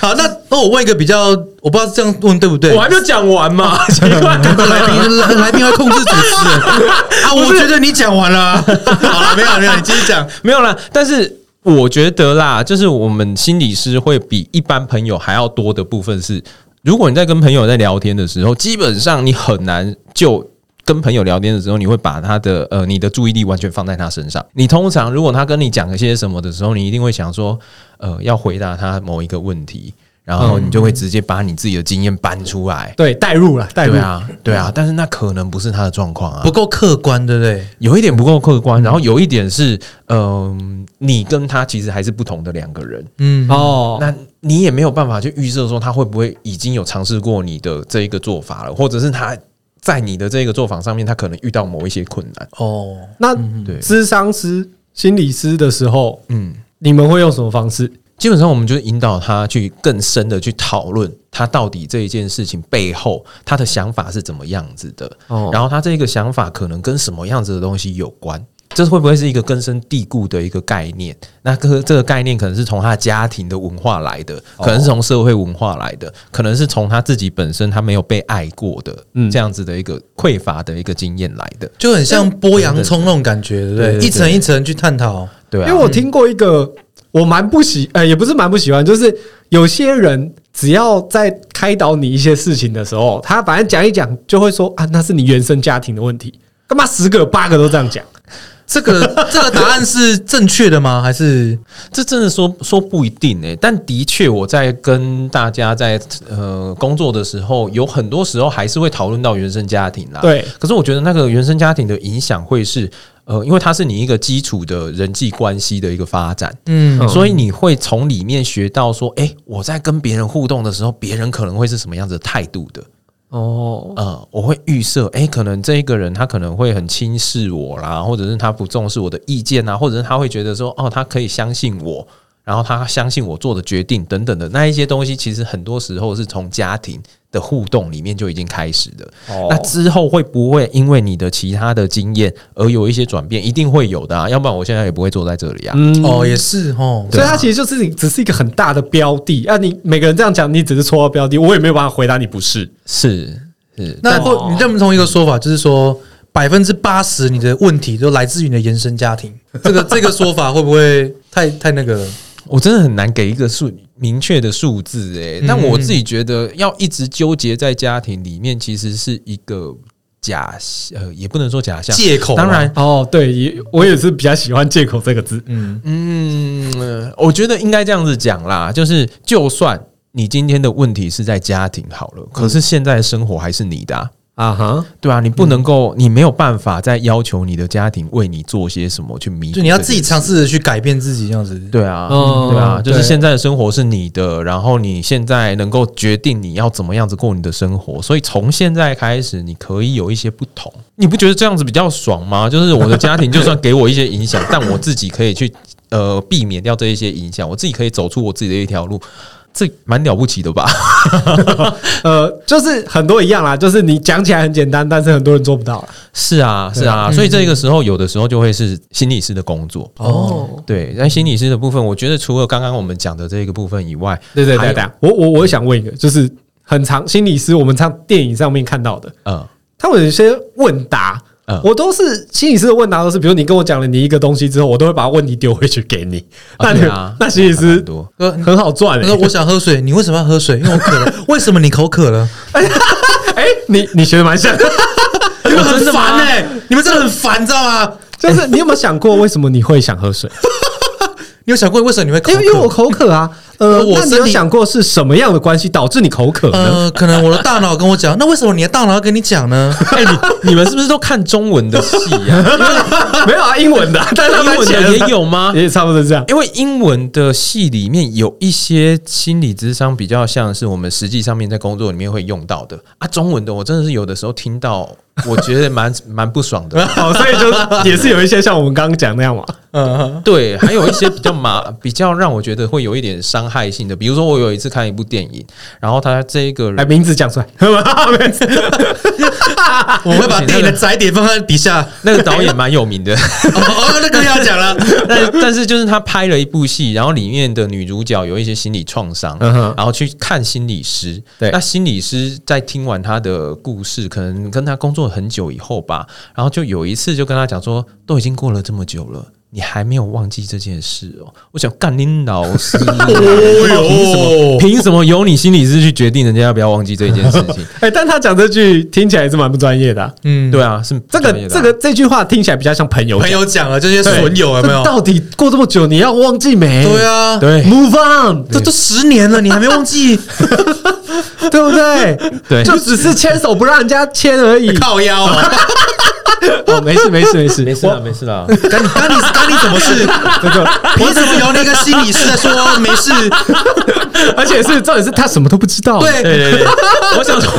[SPEAKER 2] 好，那那我问一个比较，我不知道这样问对不对
[SPEAKER 3] 我。还没有讲完 嘛，奇怪，
[SPEAKER 2] 来宾来来宾会控制主持人 啊！我觉得你讲完了啊，好了，没有没有，你继续讲。
[SPEAKER 3] 没有啦，但是我觉得啦，就是我们心理师会比一般朋友还要多的部分是，如果你在跟朋友在聊天的时候，基本上你很难就。跟朋友聊天的时候，你会把他的呃你的注意力完全放在他身上。你通常如果他跟你讲一些什么的时候，你一定会想说，呃，要回答他某一个问题，然后你就会直接把你自己的经验搬出来。
[SPEAKER 1] 对，代入了，代入
[SPEAKER 3] 对。啊，对啊，但是那可能不是他的状况啊，
[SPEAKER 2] 不够客观，对不对？
[SPEAKER 3] 有一点不够客观，然后有一点是，嗯、你跟他其实还是不同的两个人，
[SPEAKER 2] 嗯，
[SPEAKER 1] 哦，
[SPEAKER 3] 那你也没有办法去预设说他会不会已经有尝试过你的这一个做法了，或者是他在你的这个做法上面，他可能遇到某一些困难。
[SPEAKER 2] 哦，
[SPEAKER 1] 那
[SPEAKER 3] 嗯对
[SPEAKER 1] 咨商师、心理师的时候，
[SPEAKER 3] 嗯，
[SPEAKER 1] 你们会用什么方式？
[SPEAKER 3] 基本上我们就引导他去更深的去讨论他到底这一件事情背后他的想法是怎么样子的，
[SPEAKER 1] 哦
[SPEAKER 3] 然后他这个想法可能跟什么样子的东西有关。这会不会是一个根深蒂固的一个概念？那个这个概念可能是从他家庭的文化来的，
[SPEAKER 1] 哦
[SPEAKER 3] 可能是从社会文化来的，可能是从他自己本身他没有被爱过的
[SPEAKER 1] 嗯
[SPEAKER 3] 这样子的一个匮乏的一个经验来的，
[SPEAKER 2] 就很像剥洋葱那种感觉，对不
[SPEAKER 3] 对对
[SPEAKER 2] 对？
[SPEAKER 3] 对
[SPEAKER 2] 一层一层去探讨，
[SPEAKER 3] 对
[SPEAKER 1] 因为
[SPEAKER 3] 啊。
[SPEAKER 1] 我听过一个我蛮不喜，呃，也不是蛮不喜欢，就是有些人只要在开导你一些事情的时候，他反正讲一讲就会说啊，那是你原生家庭的问题。干嘛十个有八个都这样讲？
[SPEAKER 2] 这个这个答案是正确的吗？还是
[SPEAKER 3] 这真的说说不一定诶、欸但的确我在跟大家在呃工作的时候，有很多时候还是会讨论到原生家庭啦。
[SPEAKER 1] 对
[SPEAKER 3] 可是我觉得那个原生家庭的影响会是，呃，因为它是你一个基础的人际关系的一个发展，
[SPEAKER 2] 嗯
[SPEAKER 3] 所以你会从里面学到说，诶，我在跟别人互动的时候，别人可能会是什么样子的态度的。
[SPEAKER 1] 哦，
[SPEAKER 3] 呃，我会预设，诶，可能这一个人他可能会很轻视我啦，或者是他不重视我的意见啊，或者是他会觉得说，哦，他可以相信我，然后他相信我做的决定等等的那一些东西，其实很多时候是从家庭的互动里面就已经开始的。
[SPEAKER 1] 哦
[SPEAKER 3] 那之后会不会因为你的其他的经验而有一些转变？一定会有的啊，要不然我现在也不会坐在这里啊。
[SPEAKER 1] 嗯，啊
[SPEAKER 2] 哦，也是哦，
[SPEAKER 1] 所以它其实就是只是一个很大的标的啊。你每个人这样讲，你只是戳到标的，我也没有办法回答你不是。
[SPEAKER 3] 是是，
[SPEAKER 2] 那
[SPEAKER 3] 但
[SPEAKER 2] 或你认不认同一个说法，就是说百分之八十你的问题都来自于你的原生家庭？ 这个这个说法会不会太太那个了？
[SPEAKER 3] 我真的很难给一个数明确的数字诶、
[SPEAKER 2] 嗯
[SPEAKER 3] 但我自己觉得要一直纠结在家庭里面，其实是一个假呃，也不能说假象。
[SPEAKER 2] 借口啊
[SPEAKER 3] 当然，
[SPEAKER 1] 哦，对，也我也是比较喜欢“借口”这个字。
[SPEAKER 2] 嗯，
[SPEAKER 3] 嗯，呃我觉得应该这样子讲啦，就是就算你今天的问题是在家庭好了，可是现在的生活还是你的、啊。
[SPEAKER 1] 啊哈，
[SPEAKER 3] 嗯对啊，你不能够，你没有办法再要求你的家庭为你做些什么去弥补这件事。
[SPEAKER 2] 就你要自己尝试着去改变自己，这样子。
[SPEAKER 3] 对啊，
[SPEAKER 1] 嗯
[SPEAKER 3] 对啊，就是
[SPEAKER 1] 对
[SPEAKER 3] 现在的生活是你的，然后你现在能够决定你要怎么样子过你的生活，所以从现在开始，你可以有一些不同。你不觉得这样子比较爽吗？ 就是我的家庭就算给我一些影响，但我自己可以去呃避免掉这一些影响，我自己可以走出我自己的一条路，这蛮了不起的吧？
[SPEAKER 1] 呃，就是很多一样啦，就是你讲起来很简单，但是很多人做不到啦。
[SPEAKER 3] 是啊，是啊，所以这个时候有的时候就会是心理师的工作。嗯
[SPEAKER 1] 哦，
[SPEAKER 3] 对，在心理师的部分，我觉得除了刚刚我们讲的这个部分以外，
[SPEAKER 1] 对对
[SPEAKER 3] 还有
[SPEAKER 1] 对对，我我我想问一个，就是很常心理师，我们常电影上面看到的，
[SPEAKER 3] 嗯
[SPEAKER 1] 他们有一些问答
[SPEAKER 3] 嗯。
[SPEAKER 1] 我都是心理师的问答，都是比如你跟我讲了你一个东西之后，我都会把问题丢回去给你。那
[SPEAKER 3] 啊
[SPEAKER 1] 你
[SPEAKER 3] 对啊
[SPEAKER 1] 哦那心理师
[SPEAKER 3] 很多。
[SPEAKER 2] 呃，
[SPEAKER 1] 很好赚
[SPEAKER 2] 他
[SPEAKER 1] 欸
[SPEAKER 2] 说我想喝水，你为什么要喝水？因为我渴了。为什么你口渴了？
[SPEAKER 1] 哎，你你学的蛮 像的，
[SPEAKER 2] 你们很
[SPEAKER 3] 真的吗
[SPEAKER 2] 烦
[SPEAKER 1] 欸
[SPEAKER 2] 哎、你们真的很烦，知道吗？
[SPEAKER 1] 就是你有没有想过为什么你会想喝水？
[SPEAKER 2] 你有想过为什么你会口
[SPEAKER 1] 因
[SPEAKER 2] 渴？
[SPEAKER 1] 为因为我口渴啊。呃，
[SPEAKER 2] 我
[SPEAKER 1] 那你
[SPEAKER 2] 生
[SPEAKER 1] 有
[SPEAKER 2] 理
[SPEAKER 1] 想过是什么样的关系导致你口渴呢？
[SPEAKER 2] 呃，可能我的大脑跟我讲，那为什么你的大脑要跟你讲呢？
[SPEAKER 3] 哎、你你们是不是都看中文的戏呀、
[SPEAKER 1] 没有啊，英文 的啊， 但是
[SPEAKER 3] 英文的也有
[SPEAKER 1] 啊，？
[SPEAKER 3] 吗
[SPEAKER 1] 也差不多是这样。
[SPEAKER 3] 因为英文的戏里面有一些心理智商比较像是我们实际上面在工作里面会用到的啊，中文的我真的是有的时候听到，我觉得蛮 蛮不爽 的。
[SPEAKER 1] 哦，所以就也是有一些像我们刚刚讲那样嘛。
[SPEAKER 2] 嗯，
[SPEAKER 3] 对，还有一些比较麻，比较让我觉得会有一点伤害性的，比如说我有一次看一部电影，然后他这一
[SPEAKER 1] 来，
[SPEAKER 3] 个人，
[SPEAKER 1] 哎名字讲出来，
[SPEAKER 2] 我会把电影的载点放在底下。
[SPEAKER 3] 那个导演蛮有名的，
[SPEAKER 2] 哦，哦那个要讲了。
[SPEAKER 3] 但但是就是他拍了一部戏，然后里面的女主角有一些心理创伤，
[SPEAKER 1] 嗯哼
[SPEAKER 3] 然后去看心理师。
[SPEAKER 1] 对
[SPEAKER 3] 那心理师在听完她的故事，可能跟她工作很久以后吧，然后就有一次就跟她讲说，都已经过了这么久了。你还没有忘记这件事哦！我想干你老师，哦
[SPEAKER 2] 哦哟，
[SPEAKER 3] 凭什么由你心理师去决定人家要不要忘记这件事情？
[SPEAKER 1] 哎，但他讲这句听起来也是蛮不专业的啊。
[SPEAKER 2] 嗯，
[SPEAKER 3] 对啊，是
[SPEAKER 1] 这
[SPEAKER 3] 专
[SPEAKER 1] 个
[SPEAKER 3] 业的啊
[SPEAKER 1] 这个这句话听起来比较像朋友
[SPEAKER 2] 朋
[SPEAKER 1] 讲，
[SPEAKER 2] 友讲了这些
[SPEAKER 1] 对
[SPEAKER 2] 损友有没
[SPEAKER 1] 这？
[SPEAKER 2] 有
[SPEAKER 1] 到底过这么久，你要忘记没？哎
[SPEAKER 2] 对啊，
[SPEAKER 3] 对
[SPEAKER 1] 嗯，Move on，
[SPEAKER 2] 这都十年了，你还没忘记
[SPEAKER 1] 这对不 对？
[SPEAKER 3] 对
[SPEAKER 1] 就只是牵手不让人家牵而已。
[SPEAKER 2] 靠腰啊？
[SPEAKER 1] 哦，没事没事没事
[SPEAKER 3] 没事啦，没事啦。
[SPEAKER 2] 干你干你干你什么事？
[SPEAKER 1] 这个，
[SPEAKER 2] 凭什么由那个心理师在说没 事？
[SPEAKER 1] 而且是重点是他什么都不知道。
[SPEAKER 2] 对
[SPEAKER 3] 对对对，我想 说，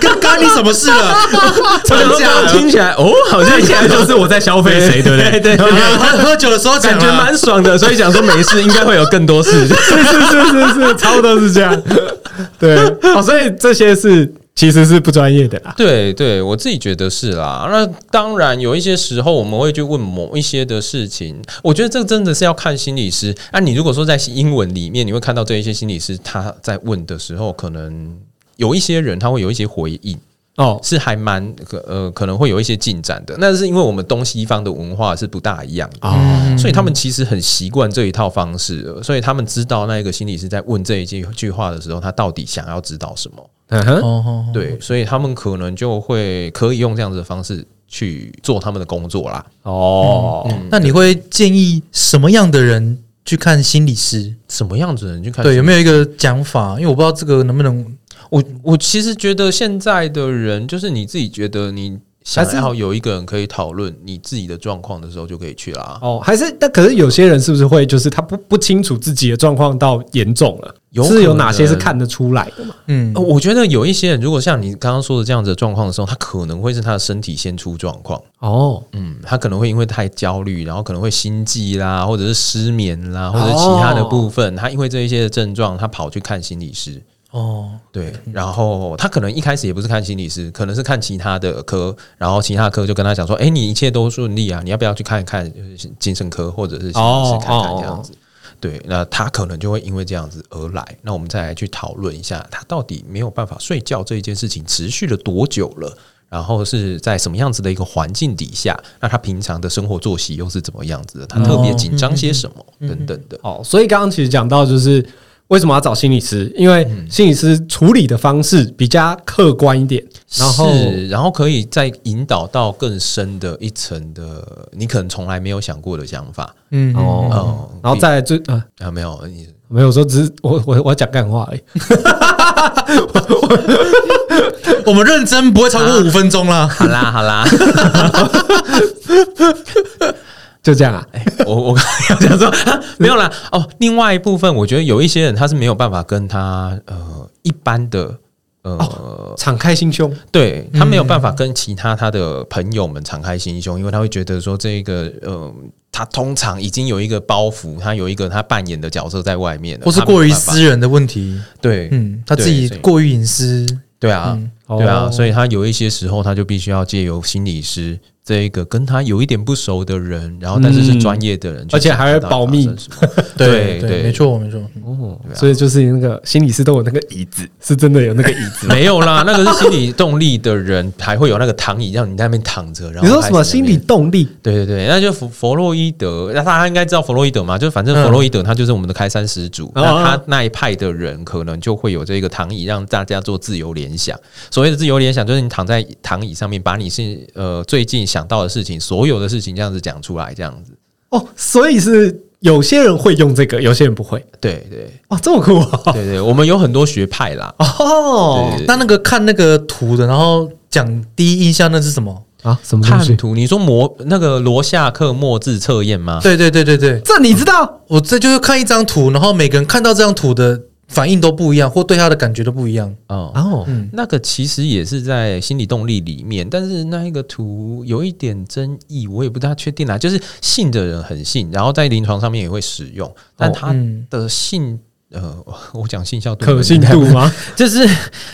[SPEAKER 2] 干干你什么事了？ 吵架
[SPEAKER 3] 我想说刚刚
[SPEAKER 2] 了
[SPEAKER 3] 听起来哦，好像
[SPEAKER 1] 听起来就是我在消费谁，对不对？
[SPEAKER 3] 对对对
[SPEAKER 2] 喝 喝酒的时候讲啊
[SPEAKER 3] 感觉
[SPEAKER 2] 了
[SPEAKER 3] 蛮，爽的，所以想说没事，应该会有更多事。
[SPEAKER 1] 是是是是是，差不多是这样。对，哦，所以这些是其实是不专业的啦。
[SPEAKER 3] 对对，我自己觉得是啦。那当然有一些时候我们会去问某一些的事情，我觉得这真的是要看心理师。那、你如果说在英文里面，你会看到这一些心理师他在问的时候，可能有一些人他会有一些回应，
[SPEAKER 1] 哦，
[SPEAKER 3] 是还蛮可呃可能会有一些进展的。那是因为我们东西方的文化是不大一样的。所以他们其实很习惯这一套方式了，所以他们知道那个心理师在问这一句句话的时候，他到底想要知道什么。
[SPEAKER 1] 嗯哼，
[SPEAKER 2] 哦哦，
[SPEAKER 3] 对，所以他们可能就会可以用这样子的方式去做他们的工作啦。嗯
[SPEAKER 1] 哦，
[SPEAKER 2] 那你会建议什么样的人去看心理师？
[SPEAKER 3] 什么样子的人去看？
[SPEAKER 2] 对，有没有一个讲法？因为我不知道这个能不能
[SPEAKER 3] 我我其实觉得现在的人，就是你自己觉得你想要有一个人可以讨论你自己的状况的时候，就可以去啦。
[SPEAKER 1] 哦，还是但可是有些人是不是会就是他不不清楚自己的状况到严重了，
[SPEAKER 3] 有可能
[SPEAKER 1] 是有哪些是看得出来的嘛？
[SPEAKER 2] 嗯
[SPEAKER 3] 呃我觉得有一些人，如果像你刚刚说的这样子的状况的时候，他可能会是他的身体先出状况。
[SPEAKER 1] 哦，
[SPEAKER 3] 嗯，他可能会因为太焦虑，然后可能会心悸啦，或者是失眠啦，或者是其他的部分，他因为这一些的症状，他跑去看心理师。
[SPEAKER 2] 哦，
[SPEAKER 3] 对，然后他可能一开始也不是看心理师，可能是看其他的科，然后其他科就跟他讲说：“哎、你一切都顺利啊，你要不要去看呃一看就是精神科或者是心理师
[SPEAKER 1] 哦
[SPEAKER 3] 看看
[SPEAKER 1] 哦
[SPEAKER 3] 这样子？”对，那他可能就会因为这样子而来。那我们再来去讨论一下，他到底没有办法睡觉这一件事情持续了多久了？然后是在什么样子的一个环境底下？那他平常的生活作息又是怎么样子的？
[SPEAKER 1] 嗯
[SPEAKER 3] 他特别紧张些什么、等等的？
[SPEAKER 1] 哦，所以刚刚其实讲到就是为什么要找心理师，因为心理师处理的方式比较客观一点，然后
[SPEAKER 3] 是然后可以再引导到更深的一层的，你可能从来没有想过的想法。
[SPEAKER 2] 嗯，
[SPEAKER 1] 哦
[SPEAKER 3] 哦，
[SPEAKER 1] 然后再来最啊
[SPEAKER 3] 比啊，没有你
[SPEAKER 1] 没有我说只是我我我要讲干话而已，
[SPEAKER 2] 我们认真不会超过五分钟啦。
[SPEAKER 3] 好啦好啦，
[SPEAKER 1] 就这样啊。
[SPEAKER 3] 我我刚刚要讲说啊没有啦。哦，另外一部分，我觉得有一些人他是没有办法跟他呃一般的呃。
[SPEAKER 1] 敞开心胸，
[SPEAKER 3] 对他没有办法跟其他他的朋友们敞开心胸，因为他会觉得说这个呃，他通常已经有一个包袱，他有一个他扮演的角色在外面了，
[SPEAKER 2] 或是
[SPEAKER 3] 他没有
[SPEAKER 2] 过于
[SPEAKER 3] 办法
[SPEAKER 2] 私人的问题，
[SPEAKER 3] 对，
[SPEAKER 2] 嗯，他自己
[SPEAKER 3] 对所以
[SPEAKER 2] 过于隐私，
[SPEAKER 3] 对啊，
[SPEAKER 1] 嗯
[SPEAKER 3] 对啊，
[SPEAKER 1] 哦
[SPEAKER 3] 所以他有一些时候他就必须要借由心理师这一个跟他有一点不熟的人，然后但是是专业的人，
[SPEAKER 1] 嗯而且还会保密
[SPEAKER 3] 去想他 到底发生什
[SPEAKER 1] 啊
[SPEAKER 3] 么对
[SPEAKER 2] 对，没，错没错，
[SPEAKER 1] 哦，所以就是那个心理师都有那个椅子，是真的有那个 椅子。
[SPEAKER 3] 没有啦，那个是心理动力的人，还会有那个躺椅让你在那边躺着，然后
[SPEAKER 1] 你说什么
[SPEAKER 3] 开始在
[SPEAKER 1] 心
[SPEAKER 3] 那
[SPEAKER 1] 理
[SPEAKER 3] 边？
[SPEAKER 1] 动力？
[SPEAKER 3] 对对对，那就弗弗洛伊德，那大家应该知道弗洛伊德嘛，就反正
[SPEAKER 2] 嗯
[SPEAKER 3] 弗洛伊德他就是我们的开山始祖，
[SPEAKER 1] 哦
[SPEAKER 3] 那他那一派的人可能就会有这个躺椅，让大家做自由联想。所谓的自由联想，就是你躺在躺椅上面，把你是呃最近想到的事情，所有的事情这样子讲出来，这样子。
[SPEAKER 1] 哦，所以是有些人会用这个，有些人不会。
[SPEAKER 3] 对对
[SPEAKER 1] 哇，这么酷啊！
[SPEAKER 3] 对对，我们有很多学派啦。
[SPEAKER 1] 哦
[SPEAKER 3] 对对
[SPEAKER 2] 那那个看那个图的，然后讲第一印象那是什么？
[SPEAKER 1] 啊，什么东
[SPEAKER 3] 叛
[SPEAKER 1] 西？
[SPEAKER 3] 徒，你说摩那个罗夏克墨字测验
[SPEAKER 1] 啊
[SPEAKER 3] 吗？
[SPEAKER 2] 对对对对对，
[SPEAKER 1] 这你知道？
[SPEAKER 2] 我这就是看一张图，然后每个人看到这张图的反应都不一样，或对他的感觉都不一样。
[SPEAKER 3] 哦，
[SPEAKER 1] 哦，
[SPEAKER 2] 嗯，
[SPEAKER 3] 那个其实也是在心理动力里面，但是那一个图有一点争议，我也不大确定啦。就是信的人很信，然后在临床上面也会使用，但他
[SPEAKER 2] 嗯
[SPEAKER 3] 的信、呃，我讲信效度
[SPEAKER 1] 可信度吗？
[SPEAKER 3] 就是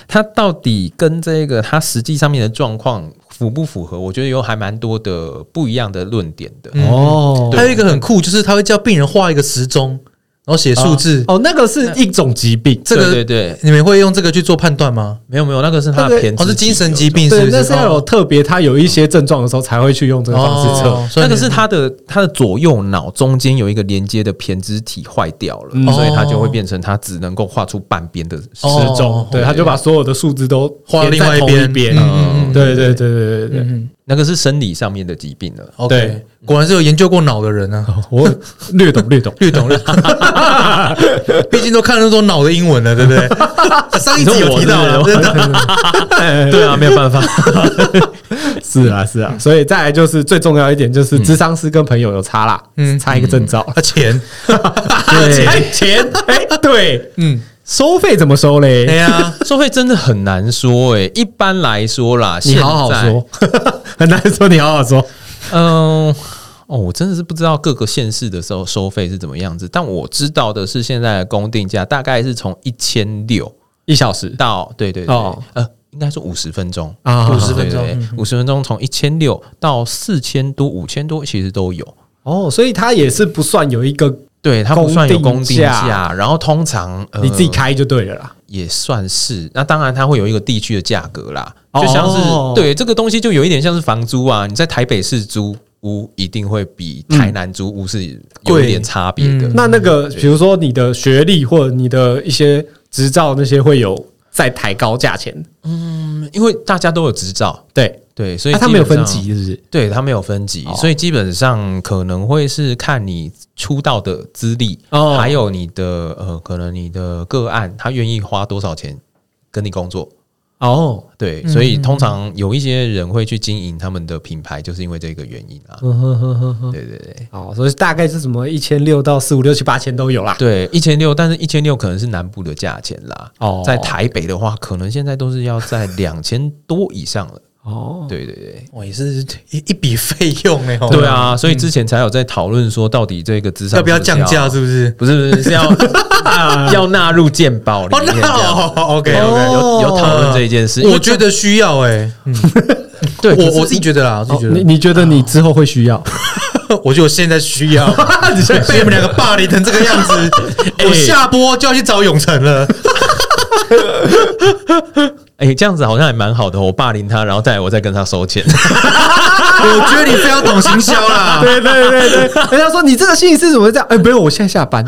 [SPEAKER 3] 他到底跟这个他实际上面的状况符不符合？我觉得有还蛮多的不一样的论点的。
[SPEAKER 2] 嗯
[SPEAKER 1] 哦
[SPEAKER 2] 还有一个很酷，就是他会叫病人画一个时钟，然后写数字。
[SPEAKER 1] 哦，那个是一种疾病，
[SPEAKER 2] 这个
[SPEAKER 3] 对对对，
[SPEAKER 2] 你们会用这个去做判断吗？
[SPEAKER 3] 没有没有，那个是他
[SPEAKER 1] 那
[SPEAKER 3] 的
[SPEAKER 1] 个
[SPEAKER 3] 偏
[SPEAKER 2] 哦，是精神疾病，是哦
[SPEAKER 1] 对，
[SPEAKER 2] 不
[SPEAKER 1] 那
[SPEAKER 2] 是
[SPEAKER 1] 是要有特别，他有一些症状的时候才会去用这个方式测。
[SPEAKER 2] 哦，所以
[SPEAKER 3] 那个
[SPEAKER 2] 你
[SPEAKER 3] 是他的他的左右脑中间有一个连接的胼胝体坏掉了，
[SPEAKER 1] 嗯
[SPEAKER 3] 所以它就会变成它只能够画出半边的时
[SPEAKER 2] 哦
[SPEAKER 1] 失重，对，
[SPEAKER 2] 对
[SPEAKER 1] 他就把所有的数字都
[SPEAKER 2] 画
[SPEAKER 1] 填
[SPEAKER 2] 另
[SPEAKER 1] 在
[SPEAKER 2] 外一
[SPEAKER 1] 同一
[SPEAKER 2] 边
[SPEAKER 1] 边。
[SPEAKER 2] 嗯嗯嗯
[SPEAKER 1] 对对对对对对对，
[SPEAKER 2] 嗯嗯
[SPEAKER 3] 那个是生理上面的疾病了。
[SPEAKER 2] ，OK，果然是有研究过脑的人啊，
[SPEAKER 1] 我略懂 略懂。
[SPEAKER 2] 略懂略懂，毕竟都看了那么多脑的英文了，对不对？上一集有提到了，
[SPEAKER 3] 你说我是
[SPEAKER 2] 真的
[SPEAKER 3] 对啊，没有办法。
[SPEAKER 1] 是啊，是啊，所以再来就是最重要一点，就是智商师跟朋友有差啦，嗯，
[SPEAKER 2] 嗯
[SPEAKER 1] 差一个证照，
[SPEAKER 2] 啊钱，
[SPEAKER 1] 哎钱，哎，对，
[SPEAKER 2] 嗯，
[SPEAKER 1] 收费怎么收
[SPEAKER 2] 哎
[SPEAKER 1] 嘞？
[SPEAKER 2] 呀，
[SPEAKER 3] 收费真的很难说诶、一般来说啦，
[SPEAKER 1] 你好好
[SPEAKER 3] 现在，
[SPEAKER 1] 说，很难说，你好好说。
[SPEAKER 3] 嗯。哦，我真的是不知道各个县市的时候收费是怎么样子，但我知道的是现在的公定价大概是从一千六
[SPEAKER 1] 一小时
[SPEAKER 3] 到对对对，
[SPEAKER 1] 哦
[SPEAKER 3] 呃，应该说五十分钟
[SPEAKER 1] 啊
[SPEAKER 2] 50分钟嗯
[SPEAKER 3] 五十分钟从一千六到四千多、五千多，其实都有。
[SPEAKER 1] 哦，所以它也是不算有一个
[SPEAKER 3] 对，它不算有
[SPEAKER 1] 公
[SPEAKER 3] 公
[SPEAKER 1] 定
[SPEAKER 3] 定
[SPEAKER 1] 价
[SPEAKER 3] 价，然后通常、呃、
[SPEAKER 1] 你自己开就对了啦。
[SPEAKER 3] 也算是。那当然，它会有一个地区的价格啦，
[SPEAKER 1] 哦
[SPEAKER 3] 就像是、对这个东西就有一点像是房租啊，你在台北市租屋一定会比台南租屋是有一点差别的。
[SPEAKER 2] 贵嗯
[SPEAKER 1] 那那个比如说你的学历或者你的一些执照那些会有再抬高价钱，
[SPEAKER 3] 嗯因为大家都有执照，
[SPEAKER 1] 对，
[SPEAKER 3] 对，所以
[SPEAKER 1] 那它
[SPEAKER 3] 基
[SPEAKER 1] 没啊有
[SPEAKER 3] 本
[SPEAKER 1] 分
[SPEAKER 3] 上
[SPEAKER 1] 级，是不是？
[SPEAKER 3] 对，它没有分级，
[SPEAKER 1] 哦
[SPEAKER 3] 所以基本上可能会是看你出道的资历，
[SPEAKER 1] 哦
[SPEAKER 3] 还有你的呃，可能你的个案，他愿意花多少钱跟你工作。
[SPEAKER 1] 哦，
[SPEAKER 3] 对，
[SPEAKER 2] 嗯
[SPEAKER 3] 所以通常有一些人会去经营他们的品牌，就是因为这个原因啊。
[SPEAKER 1] 嗯哼哼哼哼，
[SPEAKER 3] 对对对
[SPEAKER 1] 哦，所以大概是什么一千六到四五六七八千都有啦。
[SPEAKER 3] 对，一千六，但是一千六可能是南部的价钱啦。
[SPEAKER 1] 哦
[SPEAKER 3] 在台北的话，可能现在都是要在两千多以上了。
[SPEAKER 1] 哦，
[SPEAKER 3] 对对对。
[SPEAKER 2] 哇，也是一一笔费用哎、哦
[SPEAKER 3] 对，啊，所以之前才有在讨论说，到底这个资产
[SPEAKER 2] 要不要降价？是不是？啊
[SPEAKER 3] 不是不是是 要要纳入鉴宝里
[SPEAKER 2] 哦，
[SPEAKER 3] 面这
[SPEAKER 2] 那
[SPEAKER 3] 样。
[SPEAKER 2] 好，OK
[SPEAKER 1] 哦
[SPEAKER 2] OK，
[SPEAKER 3] 有有讨论这一件事，因为
[SPEAKER 2] 我觉得需要哎、
[SPEAKER 3] 对可是
[SPEAKER 2] 我我自己觉得啦，我自己
[SPEAKER 1] 哦
[SPEAKER 2] 觉
[SPEAKER 1] 你
[SPEAKER 2] 得，
[SPEAKER 1] 你觉得你之后会需要？
[SPEAKER 2] 我觉得我现在需要，被你们两个霸凌成这个样子，我下播就要去找永成了。
[SPEAKER 3] 哎、这样子好像也蛮好的哦。我霸凌他，然后再来我再跟他收钱。
[SPEAKER 2] 我觉得你非常懂行销啦，
[SPEAKER 1] 对对对对，人家说你这个心理师怎么会这样？哎、没有，我现在下班，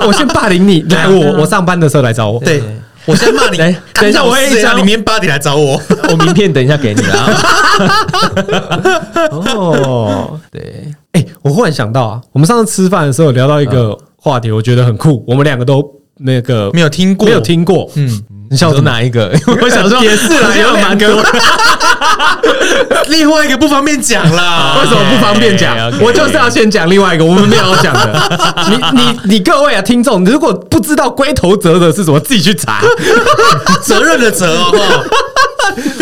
[SPEAKER 1] 我先霸凌你，
[SPEAKER 3] 啊
[SPEAKER 1] 来我我上班的时候来找我。
[SPEAKER 2] 对。我现在骂你
[SPEAKER 3] 来，
[SPEAKER 2] 等一下我
[SPEAKER 3] 等一下我
[SPEAKER 2] 会
[SPEAKER 3] 一张
[SPEAKER 2] 你明天八点来找我。
[SPEAKER 3] 我名片 等一下给你啦。
[SPEAKER 1] 哦，
[SPEAKER 3] 对，
[SPEAKER 1] 哎、我忽然想到啊，我们上次吃饭的时候有聊到一
[SPEAKER 3] 嗯
[SPEAKER 1] 个话题，我觉得很酷，我们两个都那个
[SPEAKER 2] 没有听过，
[SPEAKER 1] 没有，听过，
[SPEAKER 2] 嗯，
[SPEAKER 1] 你笑
[SPEAKER 3] 有
[SPEAKER 1] 什么？
[SPEAKER 3] 哪一个？ 我想说
[SPEAKER 1] 也是啦
[SPEAKER 3] 好像
[SPEAKER 1] 有两
[SPEAKER 3] 蛮
[SPEAKER 1] 个
[SPEAKER 3] 多
[SPEAKER 2] 另外一个不方便讲 啦。
[SPEAKER 1] 为什么不方便讲
[SPEAKER 3] OK，OK
[SPEAKER 1] 我就是要先讲另外一个我们没有要讲的。你你你各位啊，听众，如果不知道龟头折的是什么，自己去查。
[SPEAKER 2] 责任的责哦，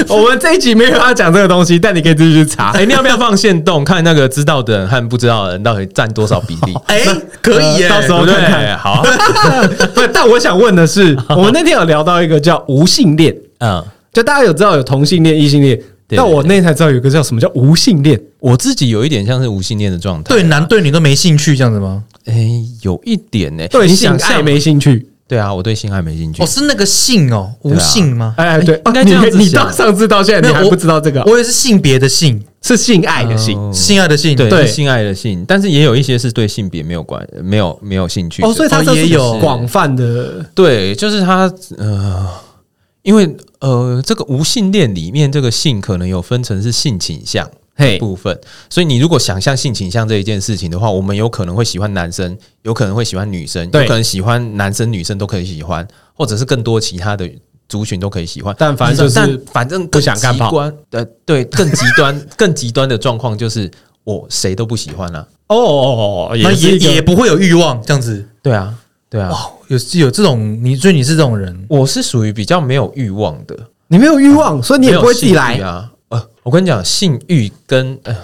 [SPEAKER 1] 我们这一集没有要讲这个东西，但你可以自己去 查
[SPEAKER 3] 哎、。你要不要放线动看那个知道的人和不知道的人到底占多少比 例？
[SPEAKER 2] 哎，可以耶。
[SPEAKER 1] 到时候
[SPEAKER 3] 对
[SPEAKER 1] 看看，
[SPEAKER 3] 好啊，
[SPEAKER 1] 不，但我想问的是，我们那天有聊到一个叫无性恋，
[SPEAKER 3] 嗯，
[SPEAKER 1] 就大家有知道有同性恋、异性恋，
[SPEAKER 3] 对
[SPEAKER 1] 但我那天才知道有一个叫什么叫无性恋。
[SPEAKER 3] 我自己有一点像是无性恋的状态，
[SPEAKER 2] 对男对女都没兴趣这样子吗？
[SPEAKER 3] 哎、有一点呢、
[SPEAKER 1] 对
[SPEAKER 3] 你
[SPEAKER 1] 性
[SPEAKER 3] 想
[SPEAKER 1] 爱
[SPEAKER 3] 象
[SPEAKER 1] 没兴趣。
[SPEAKER 3] 对啊，我对性爱没兴趣
[SPEAKER 2] 哦，。是那个性哦，无性吗？
[SPEAKER 1] 哎，对，
[SPEAKER 3] 应该
[SPEAKER 1] 你
[SPEAKER 3] 这样子
[SPEAKER 1] 你
[SPEAKER 3] 想
[SPEAKER 1] 到上次到现哎在你还
[SPEAKER 2] 我
[SPEAKER 1] 不知道这个，
[SPEAKER 2] 我也是性别的性，
[SPEAKER 1] 是性爱的性。
[SPEAKER 3] 哦
[SPEAKER 2] 性爱的性。
[SPEAKER 3] 对，
[SPEAKER 1] 对
[SPEAKER 3] 是性爱的性，但是也有一些是对性别没有关，没有没有兴趣的
[SPEAKER 1] 哦，所以它
[SPEAKER 2] 哦
[SPEAKER 1] 这是
[SPEAKER 2] 也有
[SPEAKER 1] 广泛的
[SPEAKER 3] 对，就是他呃，因为呃，这个无性恋里面这个性可能有分成是性倾向
[SPEAKER 1] 嘿
[SPEAKER 3] 部分，所以你如果想象性倾向这一件事情的话，我们有可能会喜欢男生，有可能会喜欢女生，有
[SPEAKER 1] 对
[SPEAKER 3] 可能喜欢男生女生都可以喜欢，或者是更多其他的。族群都可以喜欢，
[SPEAKER 1] 但反正就是
[SPEAKER 3] 但反正
[SPEAKER 1] 不想干炮
[SPEAKER 3] 关呃，对，更极端、 更极端的状况就是我谁都不喜欢啊了、
[SPEAKER 1] 哦哦哦，
[SPEAKER 2] 那
[SPEAKER 1] 也
[SPEAKER 2] 也
[SPEAKER 1] 是
[SPEAKER 2] 也
[SPEAKER 1] 也
[SPEAKER 2] 不会有欲望这样子。
[SPEAKER 3] 对啊，对啊，
[SPEAKER 2] 哇，有有这种你，所以你是这种人，
[SPEAKER 3] 我是属于比较没有欲望的，
[SPEAKER 1] 你没有欲望，所以你也不会自己
[SPEAKER 3] 没有性欲
[SPEAKER 1] 来。
[SPEAKER 3] 啊。呃，我跟你讲，性欲跟 呃，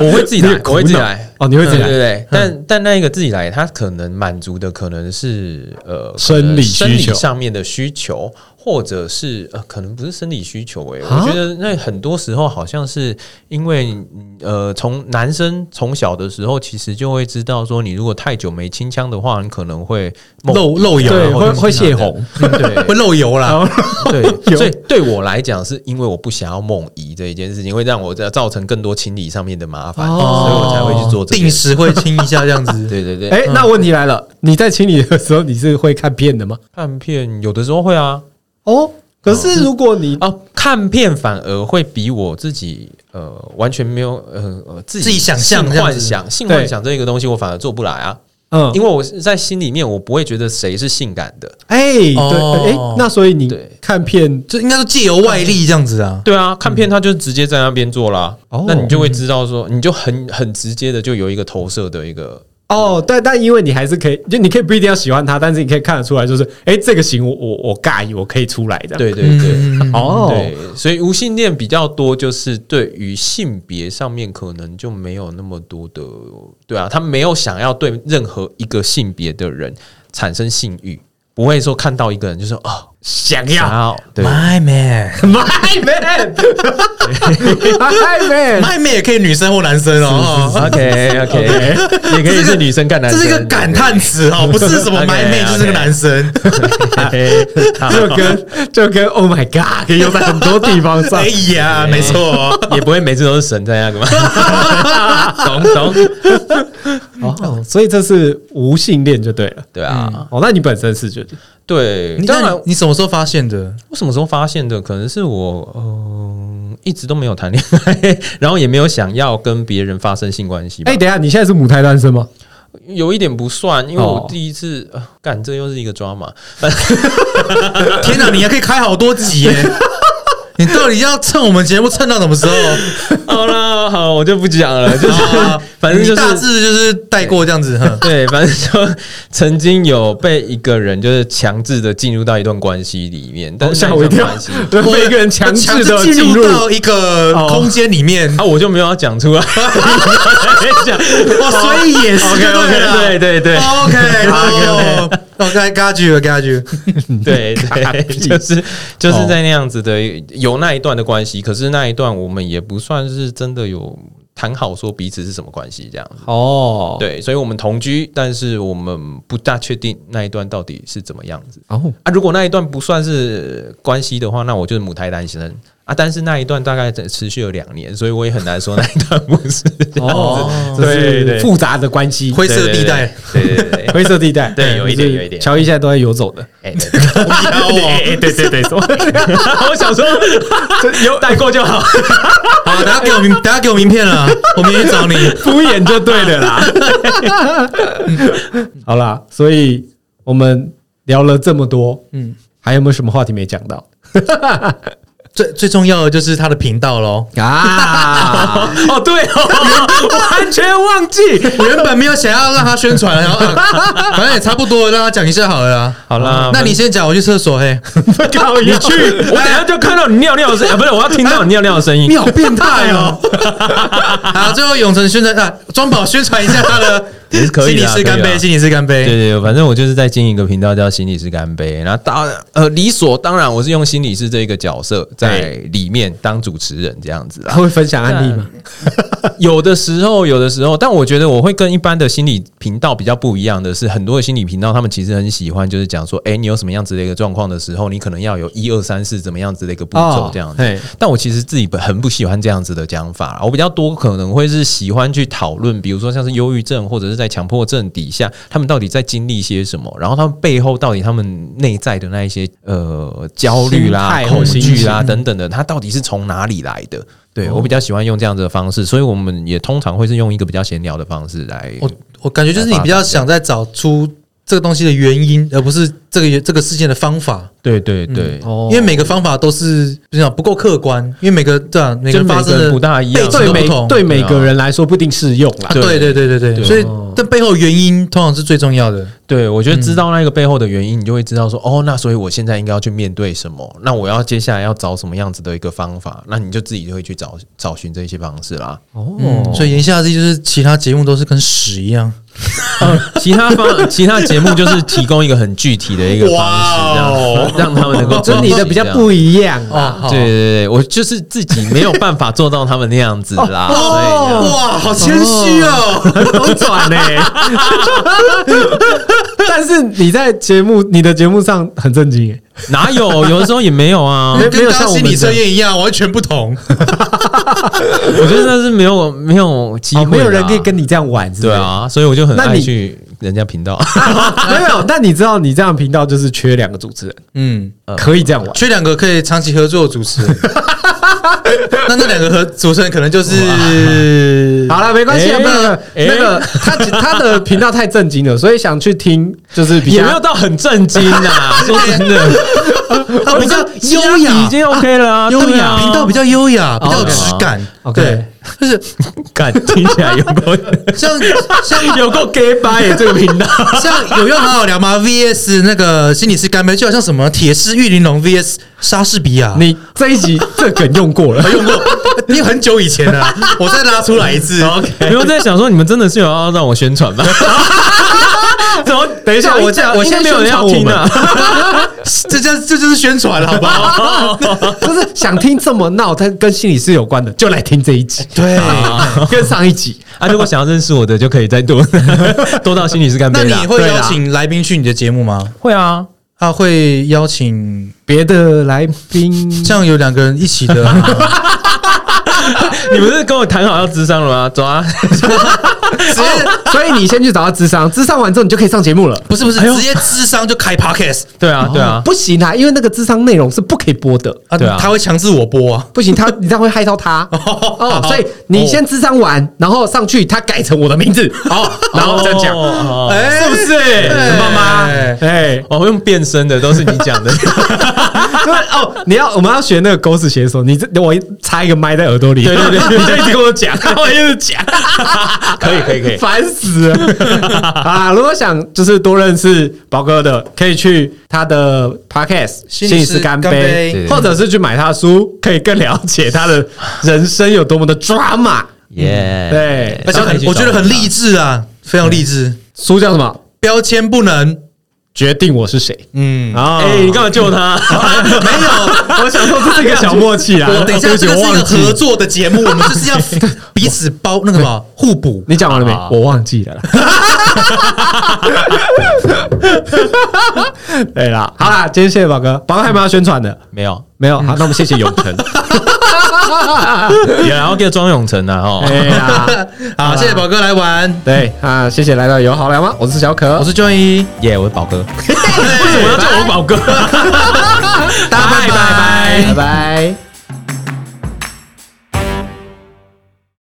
[SPEAKER 3] 我会自己来，我会自己来。
[SPEAKER 1] 哦，你会自己
[SPEAKER 3] 对对
[SPEAKER 1] 来
[SPEAKER 3] 对，但但那一个自己来，他可能满足的可能是呃
[SPEAKER 1] 生
[SPEAKER 3] 可能
[SPEAKER 1] 理需
[SPEAKER 3] 生理
[SPEAKER 1] 求
[SPEAKER 3] 上面的需求，或者是呃可能不是生理需求诶、
[SPEAKER 1] 啊
[SPEAKER 3] 我觉得那很多时候好像是因为嗯呃从男生从小的时候其实就会知道说，你如果太久没清腔的话，你可能会梦
[SPEAKER 2] 漏漏油
[SPEAKER 1] 对，
[SPEAKER 2] 啊，
[SPEAKER 1] 会
[SPEAKER 2] 或者
[SPEAKER 1] 会
[SPEAKER 2] 是这
[SPEAKER 1] 泄
[SPEAKER 2] 样的，
[SPEAKER 1] 洪。 哦
[SPEAKER 3] 对
[SPEAKER 2] 会漏油啦。
[SPEAKER 3] 对，所以对我来讲，是因为我不想要梦遗这一件事情，会让我这造成更多清理上面的麻烦，
[SPEAKER 1] 哦
[SPEAKER 3] 所以我才会去做这件
[SPEAKER 2] 定
[SPEAKER 3] 事。
[SPEAKER 2] 时会亲一下这样子。
[SPEAKER 3] 对对对，
[SPEAKER 1] 哎，那问题来了，你在清理的时候，你是会看片的吗？
[SPEAKER 3] 看片有的时候会啊，
[SPEAKER 1] 哦，可是如果你
[SPEAKER 3] 哦，看片反而会比我自己呃完全没有呃呃自己
[SPEAKER 2] 自己想象
[SPEAKER 3] 性
[SPEAKER 2] 这样
[SPEAKER 3] 幻
[SPEAKER 2] 子
[SPEAKER 3] 想性
[SPEAKER 1] 对
[SPEAKER 3] 幻想这个东西，我反而做不来啊，
[SPEAKER 1] 嗯，
[SPEAKER 3] 因为我是在心里面我不会觉得谁是性感的。
[SPEAKER 1] 哎，对，
[SPEAKER 2] 哦
[SPEAKER 1] 哎，那所以你
[SPEAKER 3] 对
[SPEAKER 1] 看片
[SPEAKER 2] 就应该说借由外力这样子啊。
[SPEAKER 3] 对啊，看片他就直接在那边做啦，
[SPEAKER 1] 哦
[SPEAKER 3] 那你就会知道说，你就很很直接的就有一个投射的一个
[SPEAKER 1] 哦，对，但因为你还是可以，就你可以不一定要喜欢他，但是你可以看得出来，就是哎，这个型我我我尬意，我可以出来的。，
[SPEAKER 3] 对对对，
[SPEAKER 2] 嗯，
[SPEAKER 1] 哦，
[SPEAKER 3] 对，所以无性恋比较多，就是对于性别上面可能就没有那么多的，对啊，他没有想要对任何一个性别的人产生性欲，不会说看到一个人就说哦，
[SPEAKER 1] 想
[SPEAKER 2] 哎
[SPEAKER 3] 然
[SPEAKER 1] 要
[SPEAKER 3] 后对
[SPEAKER 2] My man，My
[SPEAKER 1] My Man，My Man，
[SPEAKER 2] man 也可以女生或男生哦。
[SPEAKER 3] ，OK OK，也可以是女生干男
[SPEAKER 2] 这
[SPEAKER 3] 生，
[SPEAKER 2] 是一个感叹词哦，不是 什么 my
[SPEAKER 3] OK，OK
[SPEAKER 2] man，就是个男生。
[SPEAKER 3] 对。
[SPEAKER 1] 就跟就跟 Oh my God 可以用在很多地方上
[SPEAKER 2] 哎。呀，没错，
[SPEAKER 3] 也不会每次都是神在 那个嘛，懂懂，
[SPEAKER 1] 哦，所以这是无性恋就对了。
[SPEAKER 3] 对啊，
[SPEAKER 1] 哦，那你本身是觉得
[SPEAKER 3] 对，
[SPEAKER 2] 你
[SPEAKER 3] 当然
[SPEAKER 2] 看你什么时候发现的？
[SPEAKER 3] 我什么时候发现的？可能是我嗯、一直都没有谈恋爱， 然后也没有想要跟别人发生性关系吧。
[SPEAKER 1] 哎、等一下，你现在是母胎单身吗？
[SPEAKER 3] 有一点不算，因为
[SPEAKER 1] 哦
[SPEAKER 3] 我第一次呃干、这又是一个 drama。
[SPEAKER 2] 天哪，你还可以开好多集 耶！你到底要蹭我们节目蹭到什么时 候？
[SPEAKER 3] 好啦，好，我就不讲了，就是、
[SPEAKER 1] 哦
[SPEAKER 2] 啊
[SPEAKER 3] 反正就
[SPEAKER 2] 你大
[SPEAKER 3] 是。
[SPEAKER 2] 致就是带过这样子， 哼
[SPEAKER 3] 对，反正就曾经有被一个人就是强制的进入到一段关系里面，但
[SPEAKER 1] 哦
[SPEAKER 3] 是
[SPEAKER 1] 吓、
[SPEAKER 3] 那
[SPEAKER 1] 我一
[SPEAKER 3] 段
[SPEAKER 1] 跳
[SPEAKER 3] 关系，
[SPEAKER 1] 对，被一个人强
[SPEAKER 2] 强
[SPEAKER 1] 制的
[SPEAKER 2] 制
[SPEAKER 1] 进
[SPEAKER 2] 进
[SPEAKER 1] 入
[SPEAKER 2] 入。哦到一个空间里 面，
[SPEAKER 3] 啊，我就没有要讲出来， 讲
[SPEAKER 2] 哇，所以也是
[SPEAKER 3] OK
[SPEAKER 2] 就
[SPEAKER 3] OK，
[SPEAKER 2] 对啊
[SPEAKER 3] 对对对
[SPEAKER 2] OK 哦 OK got you got you，
[SPEAKER 3] 对
[SPEAKER 1] 卡
[SPEAKER 3] 对，
[SPEAKER 1] 屁
[SPEAKER 3] 就是就
[SPEAKER 2] 哦
[SPEAKER 3] 是在那样子的有那一段的关系，可是那一段我们也不算是真的有谈好说彼此是什么关系这样。
[SPEAKER 1] 哦，，
[SPEAKER 3] 对，所以我们同居，但是我们不大确定那一段到底是怎么样子
[SPEAKER 1] 哦，
[SPEAKER 3] 啊。如果那一段不算是关系的话，那我就是母胎单身啊。但是那一段大概只持续了两年，所以我也很难说那一段不是这样子。
[SPEAKER 1] 哦，
[SPEAKER 3] 对
[SPEAKER 1] 这
[SPEAKER 3] 对
[SPEAKER 1] 是复杂的关系，
[SPEAKER 2] 灰色地带，
[SPEAKER 3] 对对对对对
[SPEAKER 1] 灰色地带，
[SPEAKER 3] 对有一点
[SPEAKER 1] 就是
[SPEAKER 3] 有一点
[SPEAKER 1] 乔伊现在都在游走的，
[SPEAKER 3] 哎，对对
[SPEAKER 2] 哦，
[SPEAKER 1] 对对对，
[SPEAKER 3] 我想说， 有带过就好。
[SPEAKER 2] 好， 等下给我名，等下给我名片了，我明天去找你。
[SPEAKER 1] 敷衍就对了 啦。好啦，所以我们聊了这么多，嗯，还有没有什么话题没讲到
[SPEAKER 2] 最最重要的就是他的频道喽，
[SPEAKER 1] 啊？
[SPEAKER 3] 哦，对哦，
[SPEAKER 1] 完全忘记，
[SPEAKER 2] 我原本没有想要让他宣传，然后、啊 反正也差不多了，让他讲一下好了啦。
[SPEAKER 3] 好啦
[SPEAKER 2] 那你先讲，我去厕所嘿。
[SPEAKER 1] 搞一去，
[SPEAKER 3] 我等一下就看到你尿尿的声音，啊不是，我要听到你尿尿的声音
[SPEAKER 2] 你。好变态哦！ 好，最后永成宣传啊，庄宝宣传一下他的
[SPEAKER 3] 也是可
[SPEAKER 2] 心
[SPEAKER 3] 以
[SPEAKER 2] 理
[SPEAKER 3] 啦
[SPEAKER 2] 师干
[SPEAKER 3] 可以
[SPEAKER 2] 杯，
[SPEAKER 3] 啦
[SPEAKER 2] 心理师干
[SPEAKER 3] 对对
[SPEAKER 2] 杯。
[SPEAKER 3] 对，反正我就是在经营一个频道叫心理师干杯，然后当呃理所当然我是用心理师这一个角色在里面当主持人这样子
[SPEAKER 1] 他
[SPEAKER 3] 啦。
[SPEAKER 1] 会分享案例吗？
[SPEAKER 3] 有的时候，有的时候，但我觉得我会跟一般的心理频道比较不一样的是，很多的心理频道他们其实很喜欢就是讲说，哎、你有什么样子的一个状况的时候，你可能要有一二三四怎么样子的一个步骤这样子。
[SPEAKER 1] 哦嘿
[SPEAKER 3] 但我其实自己本很不喜欢这样子的讲法，我比较多可能会是喜欢去讨论，比如说像是忧郁症或者是在强迫症底下，他们到底在经历些什么，然后他们背后到底他们内在的那一些呃焦虑啦
[SPEAKER 1] 心、态
[SPEAKER 3] 恐
[SPEAKER 1] 或心
[SPEAKER 3] 惧
[SPEAKER 1] 情哦
[SPEAKER 3] 啦等等的，它到底是从哪里来的？对我比较喜欢用这样子的方式，所以我们也通常会是用一个比较闲聊的方式来。
[SPEAKER 1] 哦
[SPEAKER 2] 我我感觉就是你比较想在找出这个东西的原因，而不是这个这个事件的方法。
[SPEAKER 3] 对对对，
[SPEAKER 1] 哦
[SPEAKER 2] 因为每个方法都是不知道不够客观，因为每个对啊，每个人发生
[SPEAKER 3] 每个
[SPEAKER 2] 的
[SPEAKER 3] 人不大一样
[SPEAKER 2] 背景
[SPEAKER 1] 对
[SPEAKER 2] 都不
[SPEAKER 1] 每
[SPEAKER 2] 同，
[SPEAKER 1] 对每个人来说不一定适用啦
[SPEAKER 2] 啊。对对对对对，
[SPEAKER 3] 对
[SPEAKER 2] 所以但背后原因通常是最重要的。
[SPEAKER 3] 对，我觉得
[SPEAKER 1] 嗯
[SPEAKER 3] 知道那个背后的原因，你就会知道说，哦，那所以我现在应该要去面对什么？那我要接下来要找什么样子的一个方法？那你就自己就会去找找寻这些方式啦。
[SPEAKER 2] 嗯，所以言下之意就是，其他节目都是跟屎一样。
[SPEAKER 3] 其他 方其他节目就是提供一个很具体的一个
[SPEAKER 2] 哇
[SPEAKER 3] 方
[SPEAKER 2] 哦
[SPEAKER 3] 式，让让他们能够
[SPEAKER 1] 跟你的比较不一样啊。
[SPEAKER 2] 哦，
[SPEAKER 3] 对对对，我就是自己没有办法做到他们那样子 啦。
[SPEAKER 1] 哦
[SPEAKER 3] 所以呢
[SPEAKER 2] 哇，好谦虚哦！
[SPEAKER 1] 很转呢、但是你在节目，你的节目上很震惊、欸，
[SPEAKER 3] 哪有？有的时候也没有啊。
[SPEAKER 1] 没没
[SPEAKER 2] 跟
[SPEAKER 1] 有
[SPEAKER 2] 刚
[SPEAKER 1] 像
[SPEAKER 2] 刚
[SPEAKER 1] 我
[SPEAKER 2] 心
[SPEAKER 1] 们
[SPEAKER 2] 理测
[SPEAKER 1] 这样，
[SPEAKER 2] 验一样，完全不同。
[SPEAKER 3] 我觉得那是没有没有机会
[SPEAKER 1] 哦，
[SPEAKER 3] 啦，
[SPEAKER 1] 没有人可以跟你这样玩，是不是
[SPEAKER 3] 对，啊，所以我就很
[SPEAKER 1] 那
[SPEAKER 3] 爱
[SPEAKER 1] 你
[SPEAKER 3] 去人家频道。
[SPEAKER 1] 没有没有。但你知道，你这样频道就是缺两个主持人，
[SPEAKER 2] 嗯，
[SPEAKER 1] 可以这样玩。
[SPEAKER 2] 缺两个可以长期合作的主持人。那那两个合主持人可能就是
[SPEAKER 1] 好了，没关系啊，
[SPEAKER 3] 哎
[SPEAKER 1] 那个
[SPEAKER 3] 哎
[SPEAKER 1] 那个，他他的频道太震惊了，所以想去听，就是 比
[SPEAKER 3] 也没有
[SPEAKER 1] 较
[SPEAKER 3] 到很震惊啊，说真的，
[SPEAKER 2] 他比较优
[SPEAKER 3] 已
[SPEAKER 2] 雅，
[SPEAKER 3] 经 OK 了啊，
[SPEAKER 2] 优
[SPEAKER 3] 对
[SPEAKER 2] 雅
[SPEAKER 3] 啊哦
[SPEAKER 2] 频道比较优雅，比较有
[SPEAKER 3] OK
[SPEAKER 2] 质感。
[SPEAKER 1] OK。
[SPEAKER 2] 对，就是
[SPEAKER 3] 感听起来有 够
[SPEAKER 2] 像像
[SPEAKER 3] 有够 gay 掰耶，这个频道。
[SPEAKER 2] 像有用好好聊吗？VS 那个心理师干杯，就好像什么铁狮玉玲珑 VS 莎士比亚，
[SPEAKER 1] 你这一集这梗用过
[SPEAKER 3] 哎
[SPEAKER 1] 了，
[SPEAKER 2] 用过？因为很久以前啊了、我再拉出来一次。OK，
[SPEAKER 3] 哦没有在想说，你们真的是有要让我宣传吗？ 怎么？等一下，
[SPEAKER 1] 等一
[SPEAKER 3] 我
[SPEAKER 1] 下
[SPEAKER 3] 在我现在没有人要听啊！
[SPEAKER 2] 这这这就是宣传，好不好？
[SPEAKER 3] 哦
[SPEAKER 1] 就是想听这么闹但跟心理师有关的，就来听这一集，
[SPEAKER 2] 对，
[SPEAKER 1] 跟上一集。
[SPEAKER 3] 啊，如果想要认识我的，就可以再多 多到心理师干
[SPEAKER 2] 那
[SPEAKER 3] 杯
[SPEAKER 2] 你
[SPEAKER 3] 啦。
[SPEAKER 2] 会
[SPEAKER 1] 对
[SPEAKER 2] 邀
[SPEAKER 1] 啦
[SPEAKER 2] 请来宾去你的节目吗？
[SPEAKER 3] 会啊，
[SPEAKER 2] 啊，会邀请
[SPEAKER 1] 别的来宾
[SPEAKER 2] 这样有两个人一起 的，
[SPEAKER 3] 哦你不是跟我谈好要智商了吗？走啊！
[SPEAKER 2] 直接
[SPEAKER 1] 所以你先去找他智商，智商完之后你就可以上节目了。
[SPEAKER 2] 不是不
[SPEAKER 3] 哎
[SPEAKER 2] 是，直接智商就开 podcast
[SPEAKER 3] 对啊，对啊，
[SPEAKER 1] 不行啊，因为那个智商内容是不可以播的，
[SPEAKER 2] 啊
[SPEAKER 3] 对啊，
[SPEAKER 2] 他会强制我播啊。
[SPEAKER 1] 不行， 他你这样会害到他。哦，所以你先智商完，然后上去他改成我的名字， 好，然后这样讲，
[SPEAKER 3] 哦
[SPEAKER 2] 哎
[SPEAKER 3] 是不是？妈妈，
[SPEAKER 2] 哎
[SPEAKER 1] 哎，
[SPEAKER 3] 我用变身的都是你讲的，
[SPEAKER 1] 就是哦，你要我们要学那个狗屎写手，你这我插一个麦在耳朵里，
[SPEAKER 3] 对对对
[SPEAKER 1] 你就一直跟我 讲，然后我一直讲，
[SPEAKER 3] 可以可以可以。
[SPEAKER 1] 烦死了 啊！如果想就是多认识宝哥的，可以去他的 podcast
[SPEAKER 2] 心理师
[SPEAKER 1] 理师干
[SPEAKER 2] 干杯
[SPEAKER 3] 对
[SPEAKER 1] 杯，或者是去买他的书，可以更了解他的人生有多么的 drama。
[SPEAKER 3] 耶
[SPEAKER 1] 对
[SPEAKER 2] 而且很我觉得很励志啊，非常励志。
[SPEAKER 1] 书叫什么？
[SPEAKER 2] 标签不能，
[SPEAKER 1] 决定我是谁
[SPEAKER 2] 嗯，
[SPEAKER 1] 啊？
[SPEAKER 3] 哎、你干嘛救他？
[SPEAKER 2] 啊没有。
[SPEAKER 1] 我想说这是一个小默契啊！
[SPEAKER 2] 我等一下，
[SPEAKER 1] 啊对不
[SPEAKER 2] 这
[SPEAKER 1] 起
[SPEAKER 2] 个是一
[SPEAKER 1] 我
[SPEAKER 2] 个
[SPEAKER 1] 忘记
[SPEAKER 2] 合作的 节目，我们就是要彼此包那个什么互补。
[SPEAKER 1] 你讲完了没
[SPEAKER 3] 好？
[SPEAKER 1] 我忘记了啦。对啦，好啦，今天谢谢宝哥，宝哥还有没有要宣传的？
[SPEAKER 3] 没有，
[SPEAKER 1] 没有，好，那我们谢谢永成。
[SPEAKER 3] 然后给庄永成啊，哈、
[SPEAKER 1] 对啦，
[SPEAKER 2] 好，啊谢谢宝哥 来玩，
[SPEAKER 1] 对啊，谢谢来到有好聊吗？我是小可，
[SPEAKER 2] 我是 John 一，
[SPEAKER 3] 耶、我是宝哥，
[SPEAKER 2] 为什
[SPEAKER 3] 我要叫我宝哥。
[SPEAKER 1] 大家
[SPEAKER 2] 拜拜
[SPEAKER 1] 拜拜。